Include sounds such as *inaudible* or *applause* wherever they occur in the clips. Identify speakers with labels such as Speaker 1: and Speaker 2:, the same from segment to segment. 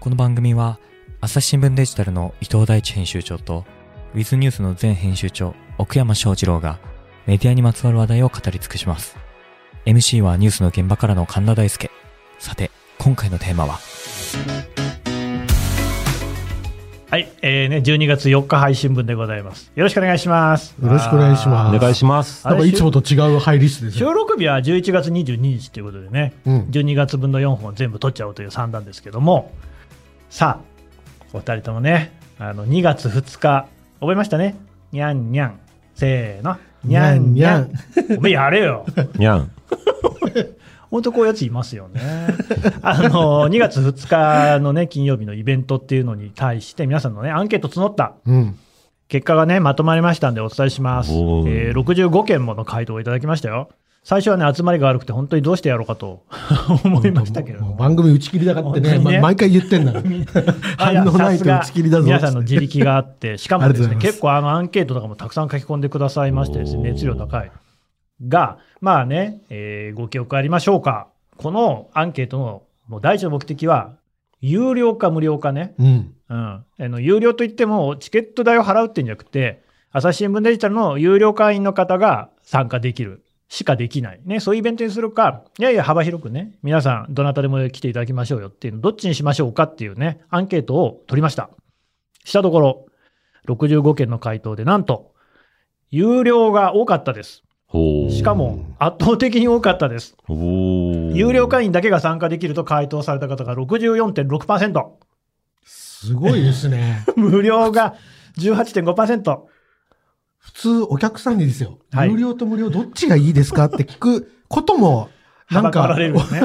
Speaker 1: この番組は朝日新聞デジタルの伊藤大地編集長と Wiz ニュースの前編集長奥山翔二郎がメディアにまつわる話題を語り尽くします MC はニュースの現場からの神田大輔さて今回のテーマは
Speaker 2: はい、えーね、12月4日配信分でございます。よろしくお願いします。
Speaker 3: よろしくお願いします
Speaker 2: あー
Speaker 4: お願いします。
Speaker 3: なんかいつもと違うハイリストですよ。
Speaker 2: 収録日は11月22日ということでね、
Speaker 3: うん
Speaker 2: 12月分の4本全部取っちゃおうという算段ですけども、さあ、お二人ともね、あの2月2日、覚えましたねにゃんにゃん。せーの。にゃんにゃん。おめえやれよ。
Speaker 4: にゃん。
Speaker 2: 本当こういうやついますよ
Speaker 3: *laughs*
Speaker 2: ね。あの、2月2日のね、金曜日のイベントっていうのに対して、皆さんのね、アンケート募った
Speaker 3: うん。
Speaker 2: 結果がね、まとまりましたんでお伝えします。え
Speaker 4: おー
Speaker 2: ー、65件もの回答をいただきましたよ。最初はね、集まりが悪くて、本当にどうしてやろうか
Speaker 3: *laughs*
Speaker 2: と思いましたけれど
Speaker 3: もう
Speaker 2: *laughs* も。
Speaker 3: 番組打ち切りだからってね、
Speaker 2: 本当にね
Speaker 3: ま毎回言ってんだから。
Speaker 2: あや
Speaker 3: 反応ない
Speaker 2: さす
Speaker 3: と
Speaker 2: が
Speaker 3: 打ち切りだぞ
Speaker 2: 皆さんの自力があって、しかもです
Speaker 3: ありが
Speaker 2: ね、
Speaker 3: とうございます
Speaker 2: 結構あのアンケートとかもたくさん書き込んでくださいましてですね、
Speaker 4: おー
Speaker 2: 熱量高い。が、まあね、えーご記憶ありましょうか。このアンケートのもう第一の目的は、有料か無料かね。
Speaker 3: うん。
Speaker 2: うん、あの有料といっても、チケット代を払うってんじゃなくて、朝日新聞デジタルの有料会員の方が参加できるしかできない、ね、そういうイベントにするか、いやいや、幅広くね、皆さん、どなたでも来ていただきましょうよっていうの、どっちにしましょうかっていうね、アンケートを取りました。したところ、65件の回答で、なんと、有料が多かったです。
Speaker 4: おー
Speaker 2: しかも、圧倒的に多かったです。
Speaker 4: おー
Speaker 2: 有料会員だけが参加できると回答された方が64.6%。
Speaker 3: すごいですね。
Speaker 2: 無料が18.5%。
Speaker 3: 普通お客さんにですよ、
Speaker 2: はい
Speaker 3: 有料と無料どっちがいいですかって聞くことも、
Speaker 2: な
Speaker 3: なんん
Speaker 2: か
Speaker 3: か、
Speaker 2: られるよね。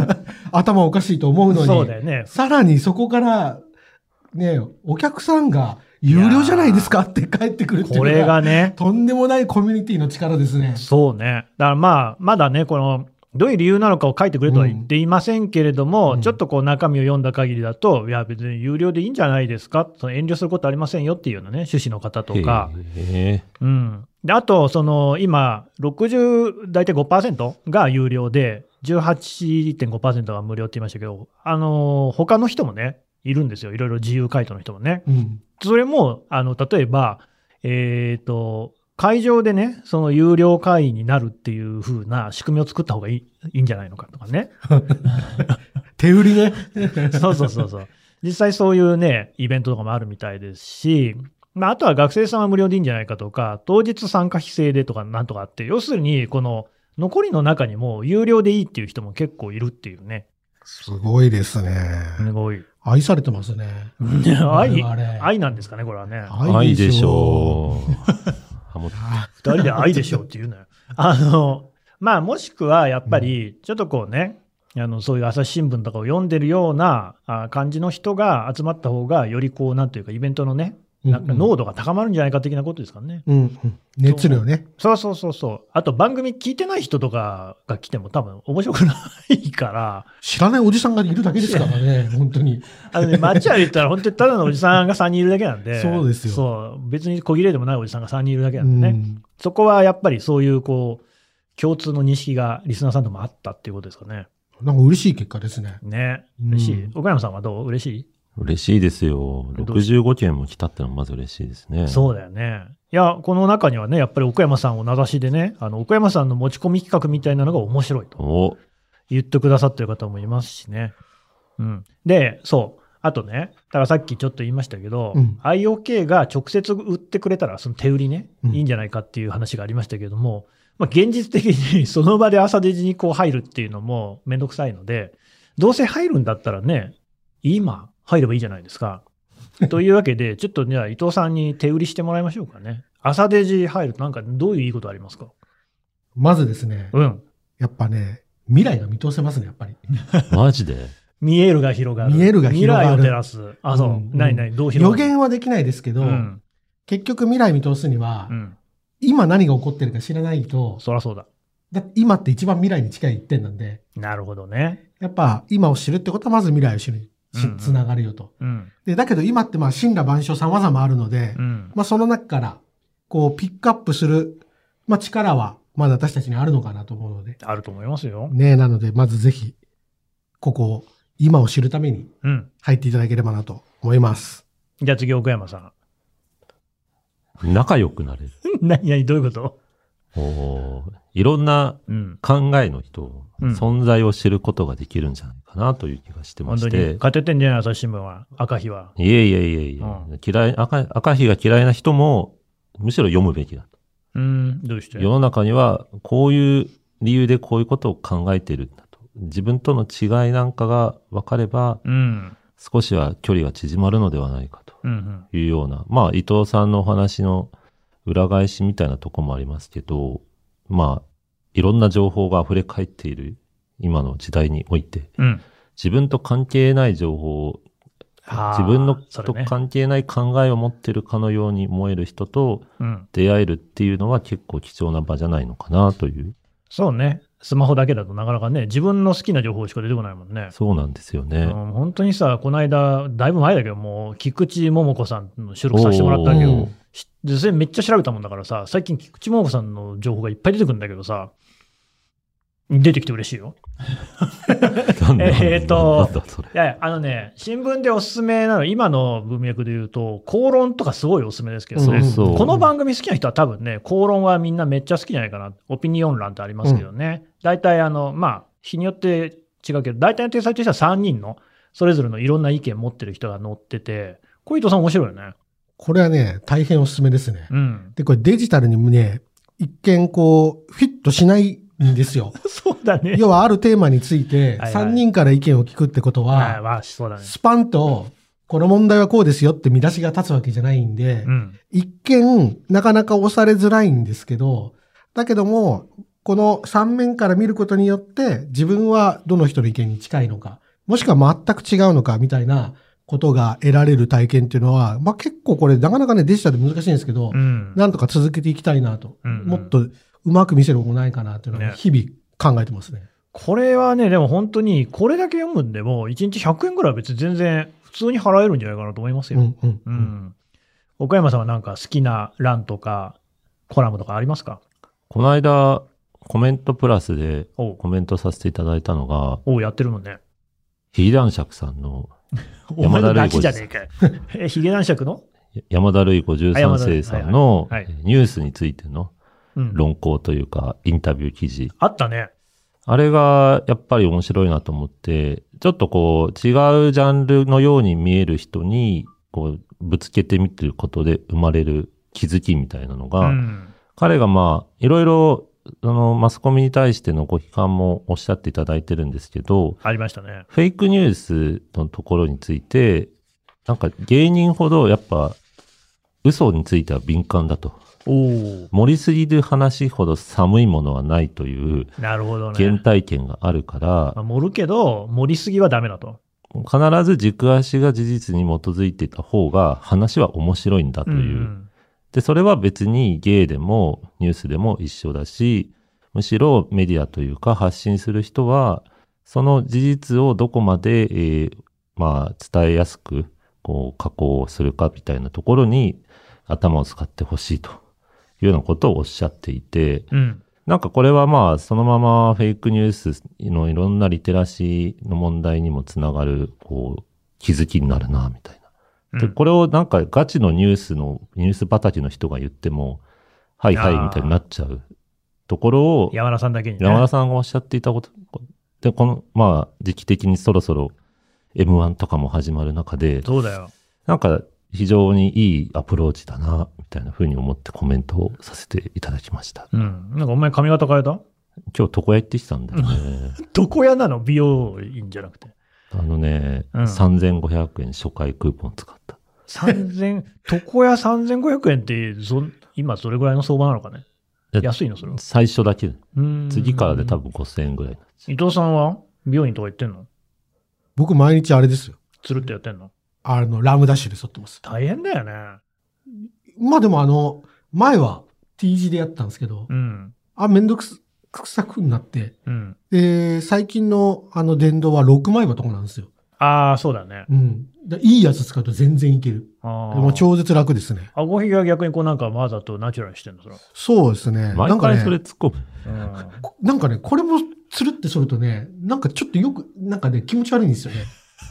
Speaker 3: 頭おかしいと思うのに、
Speaker 2: そうだよね。
Speaker 3: さらにそこから、ね、お客さんが有料じゃないですかって帰ってくるっていう
Speaker 2: これ
Speaker 3: のが、
Speaker 2: がね、
Speaker 3: とんでもないコミュニティの力ですね。
Speaker 2: そうね。だからまあ、まだね、この、どういう理由なのかを書いてくれとは言っていませんけれども、
Speaker 3: うん
Speaker 2: ちょっとこう中身を読んだ限りだと、いや別に有料でいいんじゃないですか、その遠慮することありませんよっていうようなね、趣旨の方とか、。
Speaker 4: へ
Speaker 2: うん。であと、その今、60、大体5%が有料で、18.5%が無料って言いましたけど、あの他の人もね、いるんですよ。いろいろ自由回答の人もね。
Speaker 3: うん。
Speaker 2: それも、あの、例えば、えっ、と、会場でね、その有料会員になるっていう風な仕組みを作った方がいいいいんじゃないのかとかね。
Speaker 3: 手売りね。
Speaker 2: *laughs* そうそうそうそう。実際そういうね、イベントとかもあるみたいですし、まあ、あとは学生さんは無料でいいんじゃないかとか、当日参加費制でとかなんとかあって、要するに、この、残りの中にも有料でいいっていう人も結構いるっていうね。
Speaker 3: すごいですね。
Speaker 2: すごい。
Speaker 3: 愛されてますね。
Speaker 2: 愛
Speaker 3: 我々、
Speaker 2: 愛なんですかね、これはね。
Speaker 4: ー愛でしょう。ハモっ
Speaker 3: あ
Speaker 2: 二人で愛でしょうって言うのよ。 *laughs* あの、まあ、もしくはやっぱり、ちょっとこうね、あのそういう朝日新聞とかを読んでるようなあ感じの人が集まった方が、よりこう、なんというか、イベントのね、なんか濃度が高まるんじゃないか的なことですかね。
Speaker 3: うんうん、熱量ね。
Speaker 2: そうそうそうそう。あと、番組聞いてない人とかが来ても、多分面白くないから、
Speaker 3: 知らないおじさんがいるだけですからね、本当に。
Speaker 2: あ *laughs* のね、街歩いてたら、本当にただのおじさんが3人いるだけなんで、
Speaker 3: そうですよ
Speaker 2: そう、別に小切れでもないおじさんが3人いるだけなんでね。
Speaker 3: うん
Speaker 2: そこはやっぱりそういうこう、共通の認識がリスナーさんともあったっていうことですかね。
Speaker 3: なんか嬉しい結果ですね。
Speaker 2: ね。
Speaker 3: うん
Speaker 2: 嬉しい。岡山さんはどう嬉しい、
Speaker 4: *laughs* 嬉しいですよ。
Speaker 2: どうし
Speaker 4: 65件も来たってのはまず嬉しいですね。
Speaker 2: そうだよね。いや、この中にはね、やっぱり岡山さんを名指しでね、あの、岡山さんの持ち込み企画みたいなのが面白いと
Speaker 4: お
Speaker 2: 言ってくださってる方もいますしね。うん。で、そう。あとね、だからさっきちょっと言いましたけど、
Speaker 3: うん
Speaker 2: IOK が直接売ってくれたら、その手売りね、
Speaker 3: うん
Speaker 2: いいんじゃないかっていう話がありましたけども、まあ、現実的に *laughs* その場で朝デジにこう入るっていうのもめんどくさいので、どうせ入るんだったらね、今入ればいいじゃないです
Speaker 3: *laughs*
Speaker 2: か。というわけで、ちょっとじゃあ伊藤さんに手売りしてもらいましょうかね。朝デジ入るとなんかどういういいことありますか
Speaker 3: まずですね、
Speaker 2: うん。
Speaker 3: やっぱね、未来が見通せますね、やっぱり。
Speaker 4: マジで
Speaker 2: 見えるが広がる。
Speaker 3: 見えるが広がる
Speaker 2: 未来を照らす。あ、そう。
Speaker 3: うん
Speaker 2: ないない。どう広
Speaker 3: 予
Speaker 2: がる
Speaker 3: 言はできないですけど、
Speaker 2: うん。
Speaker 3: 結局未来見通すには、
Speaker 2: うん。
Speaker 3: 今何が起こってるか知らないと、
Speaker 2: そらそうだ。
Speaker 3: だって今って一番未来に近い一点なんで、
Speaker 2: なるほどね。
Speaker 3: やっぱ今を知るってことはまず未来を知るに
Speaker 2: うんうん
Speaker 3: し、つながるよと。
Speaker 2: うん。
Speaker 3: で、だけど今ってまあ、神羅万象様々あるので、
Speaker 2: うん。
Speaker 3: まあ、その中から、こう、ピックアップする、まあ、力は、まだ私たちにあるのかなと思うので。
Speaker 2: あると思いますよ。
Speaker 3: ねえ、なので、まずぜひ、ここを今を知るために
Speaker 2: うん。
Speaker 3: 入っていただければなと思います。
Speaker 2: じゃあ次、奥山さん。 *laughs*
Speaker 4: 仲良くなれる。
Speaker 2: 何、何、どういうこと
Speaker 4: おーいろんな
Speaker 2: うん。
Speaker 4: 考えの人、
Speaker 2: うん
Speaker 4: 存在を知ることができるんじゃないかなという気がしてま
Speaker 2: 本
Speaker 4: し
Speaker 2: 当
Speaker 4: て。
Speaker 2: に。勝ててんじゃない朝日新聞は。赤日は。
Speaker 4: いえいえいえいえ、
Speaker 2: うん
Speaker 4: 嫌い赤、赤日が嫌いな人も、むしろ読むべきだと。
Speaker 2: うん。どうして
Speaker 4: 世の中には、こういう理由でこういうことを考えてるんだと。自分との違いなんかが分かれば、
Speaker 2: うん。
Speaker 4: 少しは距離が縮まるのではないかと
Speaker 2: うんうん。
Speaker 4: いうような、まあ、伊藤さんのお話の裏返しみたいなとこもありますけど、まあ、いろんな情報が溢れ返っている今の時代において、
Speaker 2: うん。
Speaker 4: 自分と関係ない情報を
Speaker 2: あー
Speaker 4: 自分の
Speaker 2: そ
Speaker 4: と
Speaker 2: れね
Speaker 4: 関係ない考えを持ってるかのように思える人と
Speaker 2: うん。
Speaker 4: 出会えるっていうのは結構貴重な場じゃないのかなという。
Speaker 2: そうね。スマホだけだとなかなかね、自分の好きな情報しか出てこないもんね。
Speaker 4: そうなんですよ
Speaker 2: う
Speaker 4: ね。
Speaker 2: ん、本当にさ、この間、だいぶ前だけど、もう、菊池桃子さんの収録させてもらったけど、
Speaker 4: おー
Speaker 2: し実際めっちゃ調べたもんだからさ、最近菊池桃子さんの情報がいっぱい出てくるんだけどさ、出てきて嬉しいよ。
Speaker 4: なんだ
Speaker 2: えーと
Speaker 4: なんだそれ。
Speaker 2: いやいや、あのね、新聞でおすすめなの、今の文脈で言うと、口論とかすごいおすすめですけどね、
Speaker 4: そうそう。
Speaker 2: この番組好きな人は多分ね、口論はみんなめっちゃ好きじゃないかな。オピニオン欄ってありますけどね。大体あの、まあ、日によって違うけど、大体の体裁としては3人の、それぞれのいろんな意見持ってる人が載ってて、小糸さん面白いよね。
Speaker 3: これはね、大変おすすめですね。
Speaker 2: うん。
Speaker 3: で、これデジタルにもね、一見こう、フィットしないんで
Speaker 2: *laughs*
Speaker 3: すよ。
Speaker 2: そうだね。
Speaker 3: 要はあるテーマについて、
Speaker 2: はいはい
Speaker 3: 3人から意見を聞くってこと
Speaker 2: はい、
Speaker 3: は、
Speaker 2: わしそうだね。
Speaker 3: スパンと、この問題はこうですよって見出しが立つわけじゃないんで
Speaker 2: う、ん。
Speaker 3: 一見、なかなか押されづらいんですけど、だけども、この3面から見ることによって、自分はどの人の意見に近いのか、もしくは全く違うのか、みたいなことが得られる体験っていうのは、まあ結構これ、なかなかね、デジタルで難しいんですけど、
Speaker 2: うん。
Speaker 3: なんとか続けていきたいなと、
Speaker 2: うんうん
Speaker 3: もっとうまく見せる方法ないかなっていうのは、
Speaker 2: ね
Speaker 3: 日々考えてますね。
Speaker 2: これはね、でも本当に、これだけ読むんでも、1日100円ぐらいは別に全然、普通に払えるんじゃないかなと思いますよ。
Speaker 3: うんうん
Speaker 2: う。ん。岡山さんはなんか好きな欄とか、コラムとかありますか
Speaker 4: この間、コメントプラスで
Speaker 2: おう
Speaker 4: コメントさせていただいたのが、
Speaker 2: おうやってるもんね。
Speaker 4: ヒゲ男爵さんの、
Speaker 2: お前の
Speaker 4: 山田
Speaker 2: ガ
Speaker 4: ルイ
Speaker 2: キ
Speaker 4: ゴ
Speaker 2: じゃ
Speaker 4: で
Speaker 2: ね
Speaker 4: す
Speaker 2: えかよ。え、ヒゲ男爵の
Speaker 4: や山田るい子
Speaker 2: あ山田
Speaker 4: 13
Speaker 2: るい
Speaker 4: 世さんの
Speaker 2: はいはいは
Speaker 4: ニュースについての
Speaker 2: うん。
Speaker 4: 論考というか、インタビュー記事。
Speaker 2: あったね。
Speaker 4: あれがやっぱり面白いなと思って、ちょっとこう違うジャンルのように見える人にこうぶつけてみてることで生まれる気づきみたいなの
Speaker 2: う
Speaker 4: が、
Speaker 2: ん。
Speaker 4: 彼がまあいろいろそのマスコミに対してのご批判もおっしゃっていただいてるんですけど、
Speaker 2: ありましたね。
Speaker 4: フェイクニュースのところについて、なんか芸人ほどやっぱ嘘については敏感だと。
Speaker 2: おお。
Speaker 4: 盛りすぎる話ほど寒いものはないという
Speaker 2: なるほど
Speaker 4: 原
Speaker 2: ね。
Speaker 4: 体験があるから
Speaker 2: まあ、、盛るけど、盛りすぎはダメだと。
Speaker 4: 必ず軸足が事実に基づいてた方が話は面白いんだと
Speaker 2: う
Speaker 4: いう。
Speaker 2: ん。
Speaker 4: で、それは別にゲイでもニュースでも一緒だし、むしろメディアというか発信する人は、その事実をどこまで、えーまあ、伝えやすく、こう、加工するかみたいなところに頭を使ってほしいというようなことをおっしゃっていて、
Speaker 2: うん。
Speaker 4: なんかこれはまあそのままフェイクニュースのいろんなリテラシーの問題にもつながるこう気づきになるなみたいな。で、
Speaker 2: うん
Speaker 4: これをなんかガチのニュースの、ニュース畑の人が言っても、はいはい
Speaker 2: あー
Speaker 4: みたいになっちゃうところを、
Speaker 2: 山田さんだけにね。
Speaker 4: 山田さんがおっしゃっていたこと、で、このまあ時期的にそろそろ M1 とかも始まる中で、
Speaker 2: そうだよ。
Speaker 4: なんか非常にいいアプローチだなみたいな風に思ってコメントをさせていただきました。
Speaker 2: うん。なんかお前髪型変えた
Speaker 4: 今日床屋行ってきたんだよね。
Speaker 2: 床屋なの美容院じゃなくて。
Speaker 4: あのね、
Speaker 2: うん
Speaker 4: 3500円初回クーポン使った。
Speaker 2: 3000、床屋3500円ってそん、今それぐらいの相場なのかね
Speaker 4: いや
Speaker 2: 安いのそれは。
Speaker 4: 最初だけで。
Speaker 2: うん
Speaker 4: 次からで多。分5000円ぐらい。
Speaker 2: 伊藤さんは美容院とか行ってんの
Speaker 3: 僕、毎日あれですよ。
Speaker 2: つるってやってんの
Speaker 3: あの、ラムダッシュで剃ってます。
Speaker 2: 大変だよね。
Speaker 3: まあでも、あの、前は T 字でやったんですけど
Speaker 2: う、ん。
Speaker 3: あ、めんどくすくさくなって、
Speaker 2: うん。
Speaker 3: で、最近のあの電動は6枚刃とかなんですよ。
Speaker 2: ああ、そうだね。
Speaker 3: うん。でいいやつ使うと全然いける。
Speaker 2: あ
Speaker 3: で
Speaker 2: あ。
Speaker 3: も超絶楽ですね。
Speaker 2: 顎ひげは逆にこうなんかわざとナチュラルにしてんのそれは。
Speaker 3: そうですね。な
Speaker 4: 毎
Speaker 3: んか
Speaker 4: 回それ
Speaker 3: ね、
Speaker 4: 突っ込む。
Speaker 2: うん
Speaker 3: こなんかね、これもつるってそるとね、なんかちょっとよく、なんかね、気持ち悪いんですよね。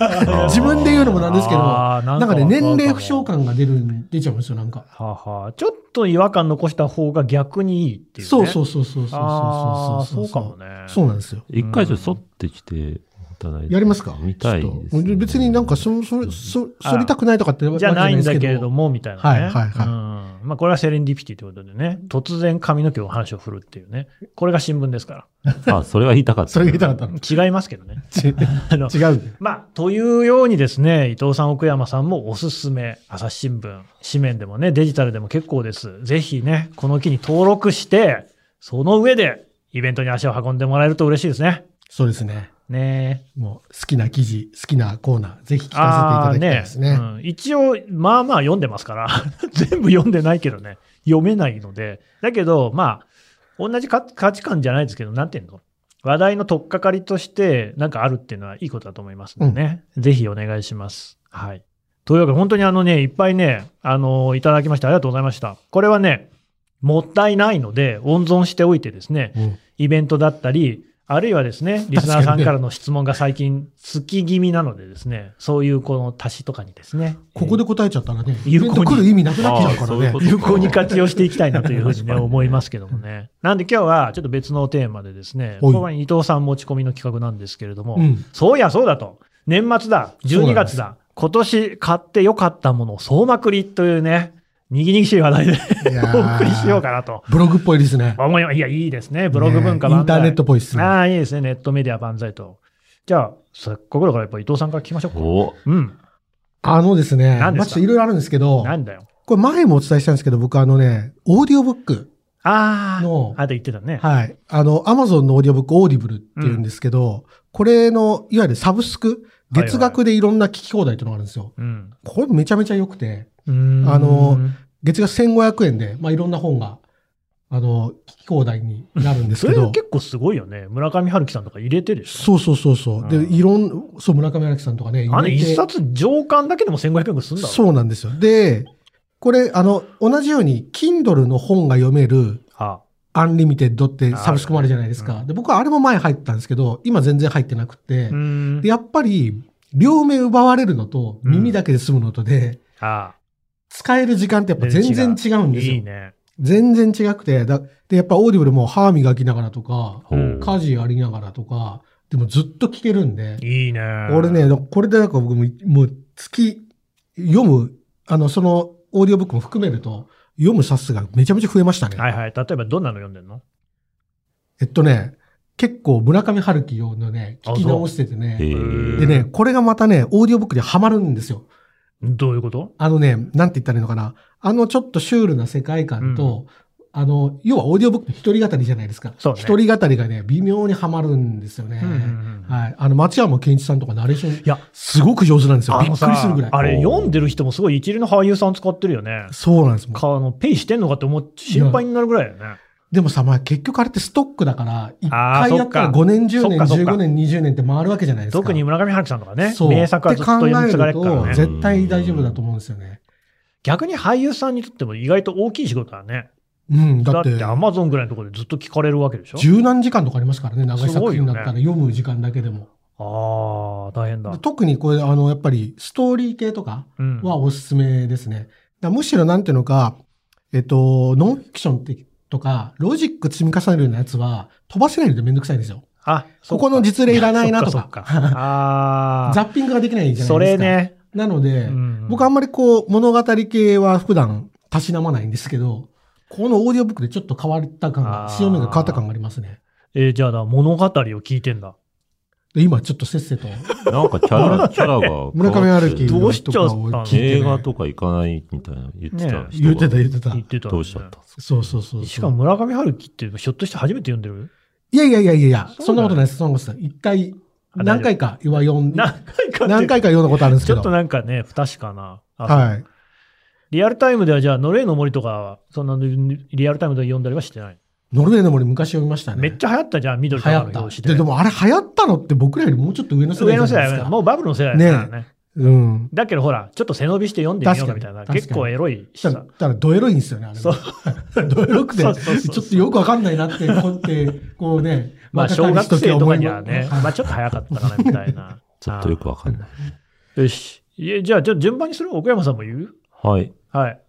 Speaker 4: ー
Speaker 3: *laughs* 自分で言うのもなんですけど、な
Speaker 2: あーなん
Speaker 3: かね、
Speaker 2: わ
Speaker 3: 年
Speaker 2: る
Speaker 3: 齢
Speaker 2: かも
Speaker 3: 不詳感が出る、出ちゃうんですよ、なんか。
Speaker 2: はあはあちょっと違和感残した方が逆にいいっていう、ね。
Speaker 3: そうそうそうそうそう
Speaker 2: あー
Speaker 3: そう
Speaker 2: そうかもね。
Speaker 3: そうなんですよ。
Speaker 4: 一回ちょっと反ってきていただいて。
Speaker 3: やりますか
Speaker 4: 見たい
Speaker 3: ちょっ
Speaker 4: です
Speaker 3: と
Speaker 4: ね、
Speaker 3: 別になんかそ、そ、そ、反りたくないとかってわけ
Speaker 2: じゃないんだけれど
Speaker 3: も。
Speaker 2: も、みたいなね。
Speaker 3: はいはいはい
Speaker 2: うん。まあ、これはセレンディピティということでね、突然髪の毛を話を振るっていうね。これが新聞ですか
Speaker 4: あ、それは言いたかった。
Speaker 3: *laughs* それが言いたかったの。
Speaker 2: ら。違いますけどね。
Speaker 3: ち
Speaker 2: *laughs* あの、
Speaker 3: 違う。
Speaker 2: まあ、というようにですね、伊藤さん、奥山さんもおすすめ、朝日新聞、紙面でもね、デジタルでも結構です。ぜひね、この機に登録して、その上で、イベントに足を運んでもらえると嬉しいですね。
Speaker 3: そうですね。
Speaker 2: ねえ。
Speaker 3: もう、好きな記事、好きなコーナー、ぜひ聞かせていただきたいですね。
Speaker 2: あーねうん一応、まあまあ読んでますから、 *laughs* 全部読んでないけどね、読めないので、だけど、まあ、同じか価値観じゃないですけど、なんていうの話題の取っかかりとして、なんかあるっていうのはいいことだと思いますのでね、ぜひお願いします。はい。というわけで、本当にあのね、いっぱいね、あのいただきましてありがとうございました。これはね、もったいないので、温存しておいてですね、
Speaker 3: うん
Speaker 2: イベントだったり、あるいはですね、リスナーさんからの質問が最近、好き気味なのでですね、そういうこの足しとかにですね、
Speaker 3: ここで答えちゃったらね、イ
Speaker 2: 有
Speaker 3: ベ
Speaker 2: 効
Speaker 3: ン
Speaker 2: に
Speaker 3: ト来る意味なくなっちゃうか
Speaker 4: あーそ
Speaker 3: ら
Speaker 4: ういう
Speaker 3: ね
Speaker 4: こ。
Speaker 2: えー有効に活用していきたいなというふうに
Speaker 4: 確
Speaker 2: ね、
Speaker 4: かにね
Speaker 2: 思いますけどもね。なんで今日はちょっと別のテーマでですね、
Speaker 3: おい
Speaker 2: ここは伊藤さん持ち込みの企画なんですけれども、
Speaker 3: うん。
Speaker 2: そういやそうだと、年末だ、12月だ、今年買って良かったものを総まくりというね、にぎにぎしい話題で
Speaker 3: いやー
Speaker 2: お送りしようかなと。
Speaker 3: ブログっぽいですね。
Speaker 2: 思いますいや、いいですね。ブログ文化
Speaker 3: ねイ
Speaker 2: 万
Speaker 3: ンター
Speaker 2: 歳
Speaker 3: ネットっぽいですね。
Speaker 2: ああ、いいですね。ネットメディア万歳と。じゃあ、せっかくだからやっぱ伊藤さんから聞きましょうか。
Speaker 4: お
Speaker 2: うん。
Speaker 3: あのですね、ま
Speaker 2: 何
Speaker 3: あち
Speaker 2: で
Speaker 3: ょ
Speaker 2: す
Speaker 3: っ
Speaker 2: か
Speaker 3: といろいろあるんですけど、
Speaker 2: なんだよ。
Speaker 3: これ前もお伝えしたんですけど、僕あのね、オーディオブック
Speaker 2: ああ、
Speaker 3: の
Speaker 2: あ、なた言ってたね。
Speaker 3: はい。あの、アマゾンのオーディオブック、オーディブルっていうんですけど、これの、いわゆるサブスク、
Speaker 2: はい
Speaker 3: 月額でいろんな聞き放題っていうのがあるんですよ。
Speaker 2: うん。
Speaker 3: これめちゃめちゃ良くて、
Speaker 2: うーん
Speaker 3: あの、月額1500円で、まあ、いろんな本が、あの、聞き放題になるんです
Speaker 2: そ
Speaker 3: け
Speaker 2: れ
Speaker 3: ど。
Speaker 2: 結構すごいよね。村上春樹さんとか入れてるでしょ。
Speaker 3: そうそうそうそう。で、
Speaker 2: うん
Speaker 3: いろん、そう、村上春樹さんとかね、
Speaker 2: あの
Speaker 3: 入れて
Speaker 2: 一冊上巻だけでも1500円くすんだろ
Speaker 3: そうなんですよ。で、これ、あの、同じように、Kindle の本が読める、
Speaker 2: あ
Speaker 3: アンリミテッドってサブスクもあるじゃないです
Speaker 2: ある
Speaker 3: か。
Speaker 2: ね
Speaker 3: で、僕はあれも前入ったんですけど、今全然入ってなくて、
Speaker 2: うーん
Speaker 3: でやっぱり、両目奪われるのと、
Speaker 2: うん
Speaker 3: 耳だけで済むのとで、
Speaker 2: あ
Speaker 3: 使える時間ってやっぱ全然違うんですよ。
Speaker 2: いいね。
Speaker 3: 全然違くて、だで、やっぱオーディブルも歯磨きながらとか、
Speaker 4: ほう
Speaker 3: 家事やりながらとか、でもずっと聞けるんで、
Speaker 2: いいね。
Speaker 3: 俺ね、だこれでなんか僕も、もう月、読む、あの、その、オーディオブックも含めると、読む冊数がめちゃめちゃ増えましたね。
Speaker 2: はいはい。例えばどんなの読んでんの
Speaker 3: えっとね、結構村上春樹用のね、
Speaker 2: あ
Speaker 3: 聞き直してて
Speaker 4: え
Speaker 3: ね。
Speaker 4: ー
Speaker 3: でね、これがまたね、オーディオブックにはまるんですよ。
Speaker 2: どういうこと
Speaker 3: あのね、なんて言ったらいいのかな。あのちょっとシュールな世界観と、あの、要はオーディオブックの一人語りじゃないですか。
Speaker 2: そうね
Speaker 3: 一人語りがね、微妙にはまるんですよね。
Speaker 2: うんうんうん
Speaker 3: はい。あの、松山健一さんとかナレーション、
Speaker 2: や
Speaker 3: すごく上手なんですよ。
Speaker 2: あ
Speaker 3: び
Speaker 2: の
Speaker 3: っくりするぐら
Speaker 2: さ
Speaker 3: い、。
Speaker 2: あれ読んでる人もすごい一流の俳優さん使ってるよね。
Speaker 3: そうなんですもん。
Speaker 2: かあの、ペイしてんのかって思って心配になるぐらいだよね。
Speaker 3: でもさ、まあ結局あれってストックだから、一
Speaker 2: あー
Speaker 3: 回やった
Speaker 2: そ
Speaker 3: ら
Speaker 2: っか
Speaker 3: 5年、10年、
Speaker 2: そっかそっか
Speaker 3: 15年、20年って回るわけじゃないですか。
Speaker 2: 特に村上春樹さんとかね、
Speaker 3: そう
Speaker 2: 名作はずっと読み継がれてるから
Speaker 3: って考えると
Speaker 2: ね。
Speaker 3: 絶対大丈夫だと思うんですよね。
Speaker 2: 逆に俳優さんにとっても意外と大きい仕事だね。
Speaker 3: うん、だ
Speaker 2: だ
Speaker 3: っ
Speaker 2: って
Speaker 3: て、
Speaker 2: アマゾンぐらいのところでずっと聞かれるわけでしょ
Speaker 3: 十何時間とかありますからね、長い
Speaker 2: すご
Speaker 3: 作
Speaker 2: いよ
Speaker 3: 品だ
Speaker 2: ね
Speaker 3: ったら読む時間だけでも。
Speaker 2: ああ、大変だ。
Speaker 3: 特にこれ、あの、やっぱりストーリー系とか
Speaker 2: うん。
Speaker 3: はおすすめですね。だむしろなんていうのか、えっと、ノンフィクションってとか、ロジック積み重ねるようなやつは、飛ばせないのでめんどくさいんですよ。
Speaker 2: あ、
Speaker 3: ここの実例いらないなと
Speaker 2: そっ
Speaker 3: か
Speaker 2: か。そっ
Speaker 3: *laughs*
Speaker 2: かあ
Speaker 3: ザ
Speaker 2: あ。
Speaker 3: ッピングができないじゃな
Speaker 2: そ
Speaker 3: いです
Speaker 2: れ
Speaker 3: か。
Speaker 2: ね。
Speaker 3: なので、
Speaker 2: うん
Speaker 3: 僕あんまりこう、物語系は普段、たしなまないんですけど、このオーディオブックでちょっと変わった感が
Speaker 2: あ、ー
Speaker 3: 潮目が変わった感がありますね。
Speaker 2: えーじゃあな物語を聞いてんだ。
Speaker 3: で今ちょっとせっせと、
Speaker 4: なんかキャラ、キャラ
Speaker 3: *laughs*
Speaker 4: が。
Speaker 3: 村上春樹
Speaker 2: ど
Speaker 3: の
Speaker 2: うし
Speaker 3: 人
Speaker 2: ちゃった
Speaker 3: とか
Speaker 2: の
Speaker 3: を聞いて、ね、
Speaker 4: 映画とか行かないみたいな言ってた人が
Speaker 2: ね
Speaker 3: 言ってた言ってた
Speaker 2: 言。ってた、
Speaker 4: どうしちゃったんですか
Speaker 3: そうそうそうそう。
Speaker 2: しかも村上春樹ってひょっとして初めて読んでる
Speaker 3: いやいやいやいやいや、そ
Speaker 2: そ
Speaker 3: ん
Speaker 2: う
Speaker 3: な
Speaker 2: だ
Speaker 3: ことないです。そんなことないです。一回、
Speaker 2: あ
Speaker 3: 何回かは読
Speaker 2: *laughs*
Speaker 3: ん
Speaker 2: 何
Speaker 3: で、
Speaker 2: 回かって
Speaker 3: 何回か読んだことあるんです
Speaker 2: ち
Speaker 3: け
Speaker 2: ょ
Speaker 3: ど。
Speaker 2: っとなんかね、不確かな。あそう
Speaker 3: はい。
Speaker 2: リアルタイムではじゃあ、ノルウェーの森とかは、そんなリアルタイムで読んだりはしてない。
Speaker 3: ノルウェーの森昔読みましたね。
Speaker 2: めっちゃ流行ったじゃん、緑
Speaker 3: 流
Speaker 2: とか
Speaker 3: 行
Speaker 2: の
Speaker 3: った。
Speaker 2: 表紙
Speaker 3: で、
Speaker 2: で。
Speaker 3: でもあれ流行ったのって僕らよりもうちょっと上の世代
Speaker 2: 上
Speaker 3: じゃ
Speaker 2: の世代
Speaker 3: ないです
Speaker 2: は
Speaker 3: か。
Speaker 2: もうバブルの世代だからね。
Speaker 3: うん。
Speaker 2: だけどほら、ちょっと背伸びして読んでみようかみたいな、
Speaker 3: 確かに
Speaker 2: 結構エロいし
Speaker 3: した
Speaker 2: さ
Speaker 3: ら、。たらドエロいんですよね、あれも。
Speaker 2: そう
Speaker 3: ドエロくて、ち
Speaker 2: そ
Speaker 3: ょ
Speaker 2: うそうそう
Speaker 3: っとよくわかんないなって、こうって、こうね、
Speaker 2: *laughs* まあ、
Speaker 3: 若か
Speaker 2: 小
Speaker 3: り
Speaker 2: 学
Speaker 3: し時
Speaker 2: 生と
Speaker 3: 思
Speaker 2: か
Speaker 3: い
Speaker 2: に
Speaker 3: ま
Speaker 2: はね、まあ、ちょっと早かったかなみたい
Speaker 3: *laughs*
Speaker 2: な。
Speaker 4: ちょっとよくわかんない。
Speaker 2: あーよし。いやじゃあ、じゃあ順番にする奥山さんも言う
Speaker 4: はい。
Speaker 2: はい。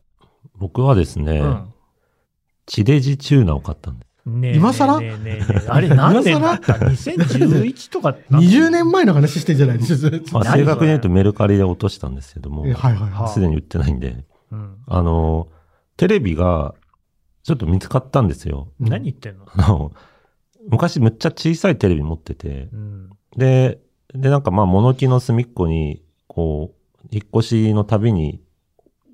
Speaker 4: 僕はですね、地デジチューナーを買ったんです。
Speaker 2: うん。ねえ
Speaker 3: 今更
Speaker 2: ねえねえねえね *laughs* えあれ何年だった2011とかだった
Speaker 3: 20年前の話してんじゃないですか。 *laughs*
Speaker 4: まあ、
Speaker 2: 何それ
Speaker 4: 正確に言うとメルカリで落としたんですけども
Speaker 3: え、はいはい
Speaker 2: は
Speaker 3: は
Speaker 2: あ
Speaker 4: すでに売ってないんで、
Speaker 2: うん
Speaker 4: あの、テレビがちょっと見つかったんですよ。
Speaker 3: い。
Speaker 2: 何言ってんの
Speaker 4: あの、 *laughs* 昔むっちゃ小さいテレビ持ってて、
Speaker 2: うん。
Speaker 4: で、で、なんかまあ物置の隅っこに、こう、引っ越しのたびに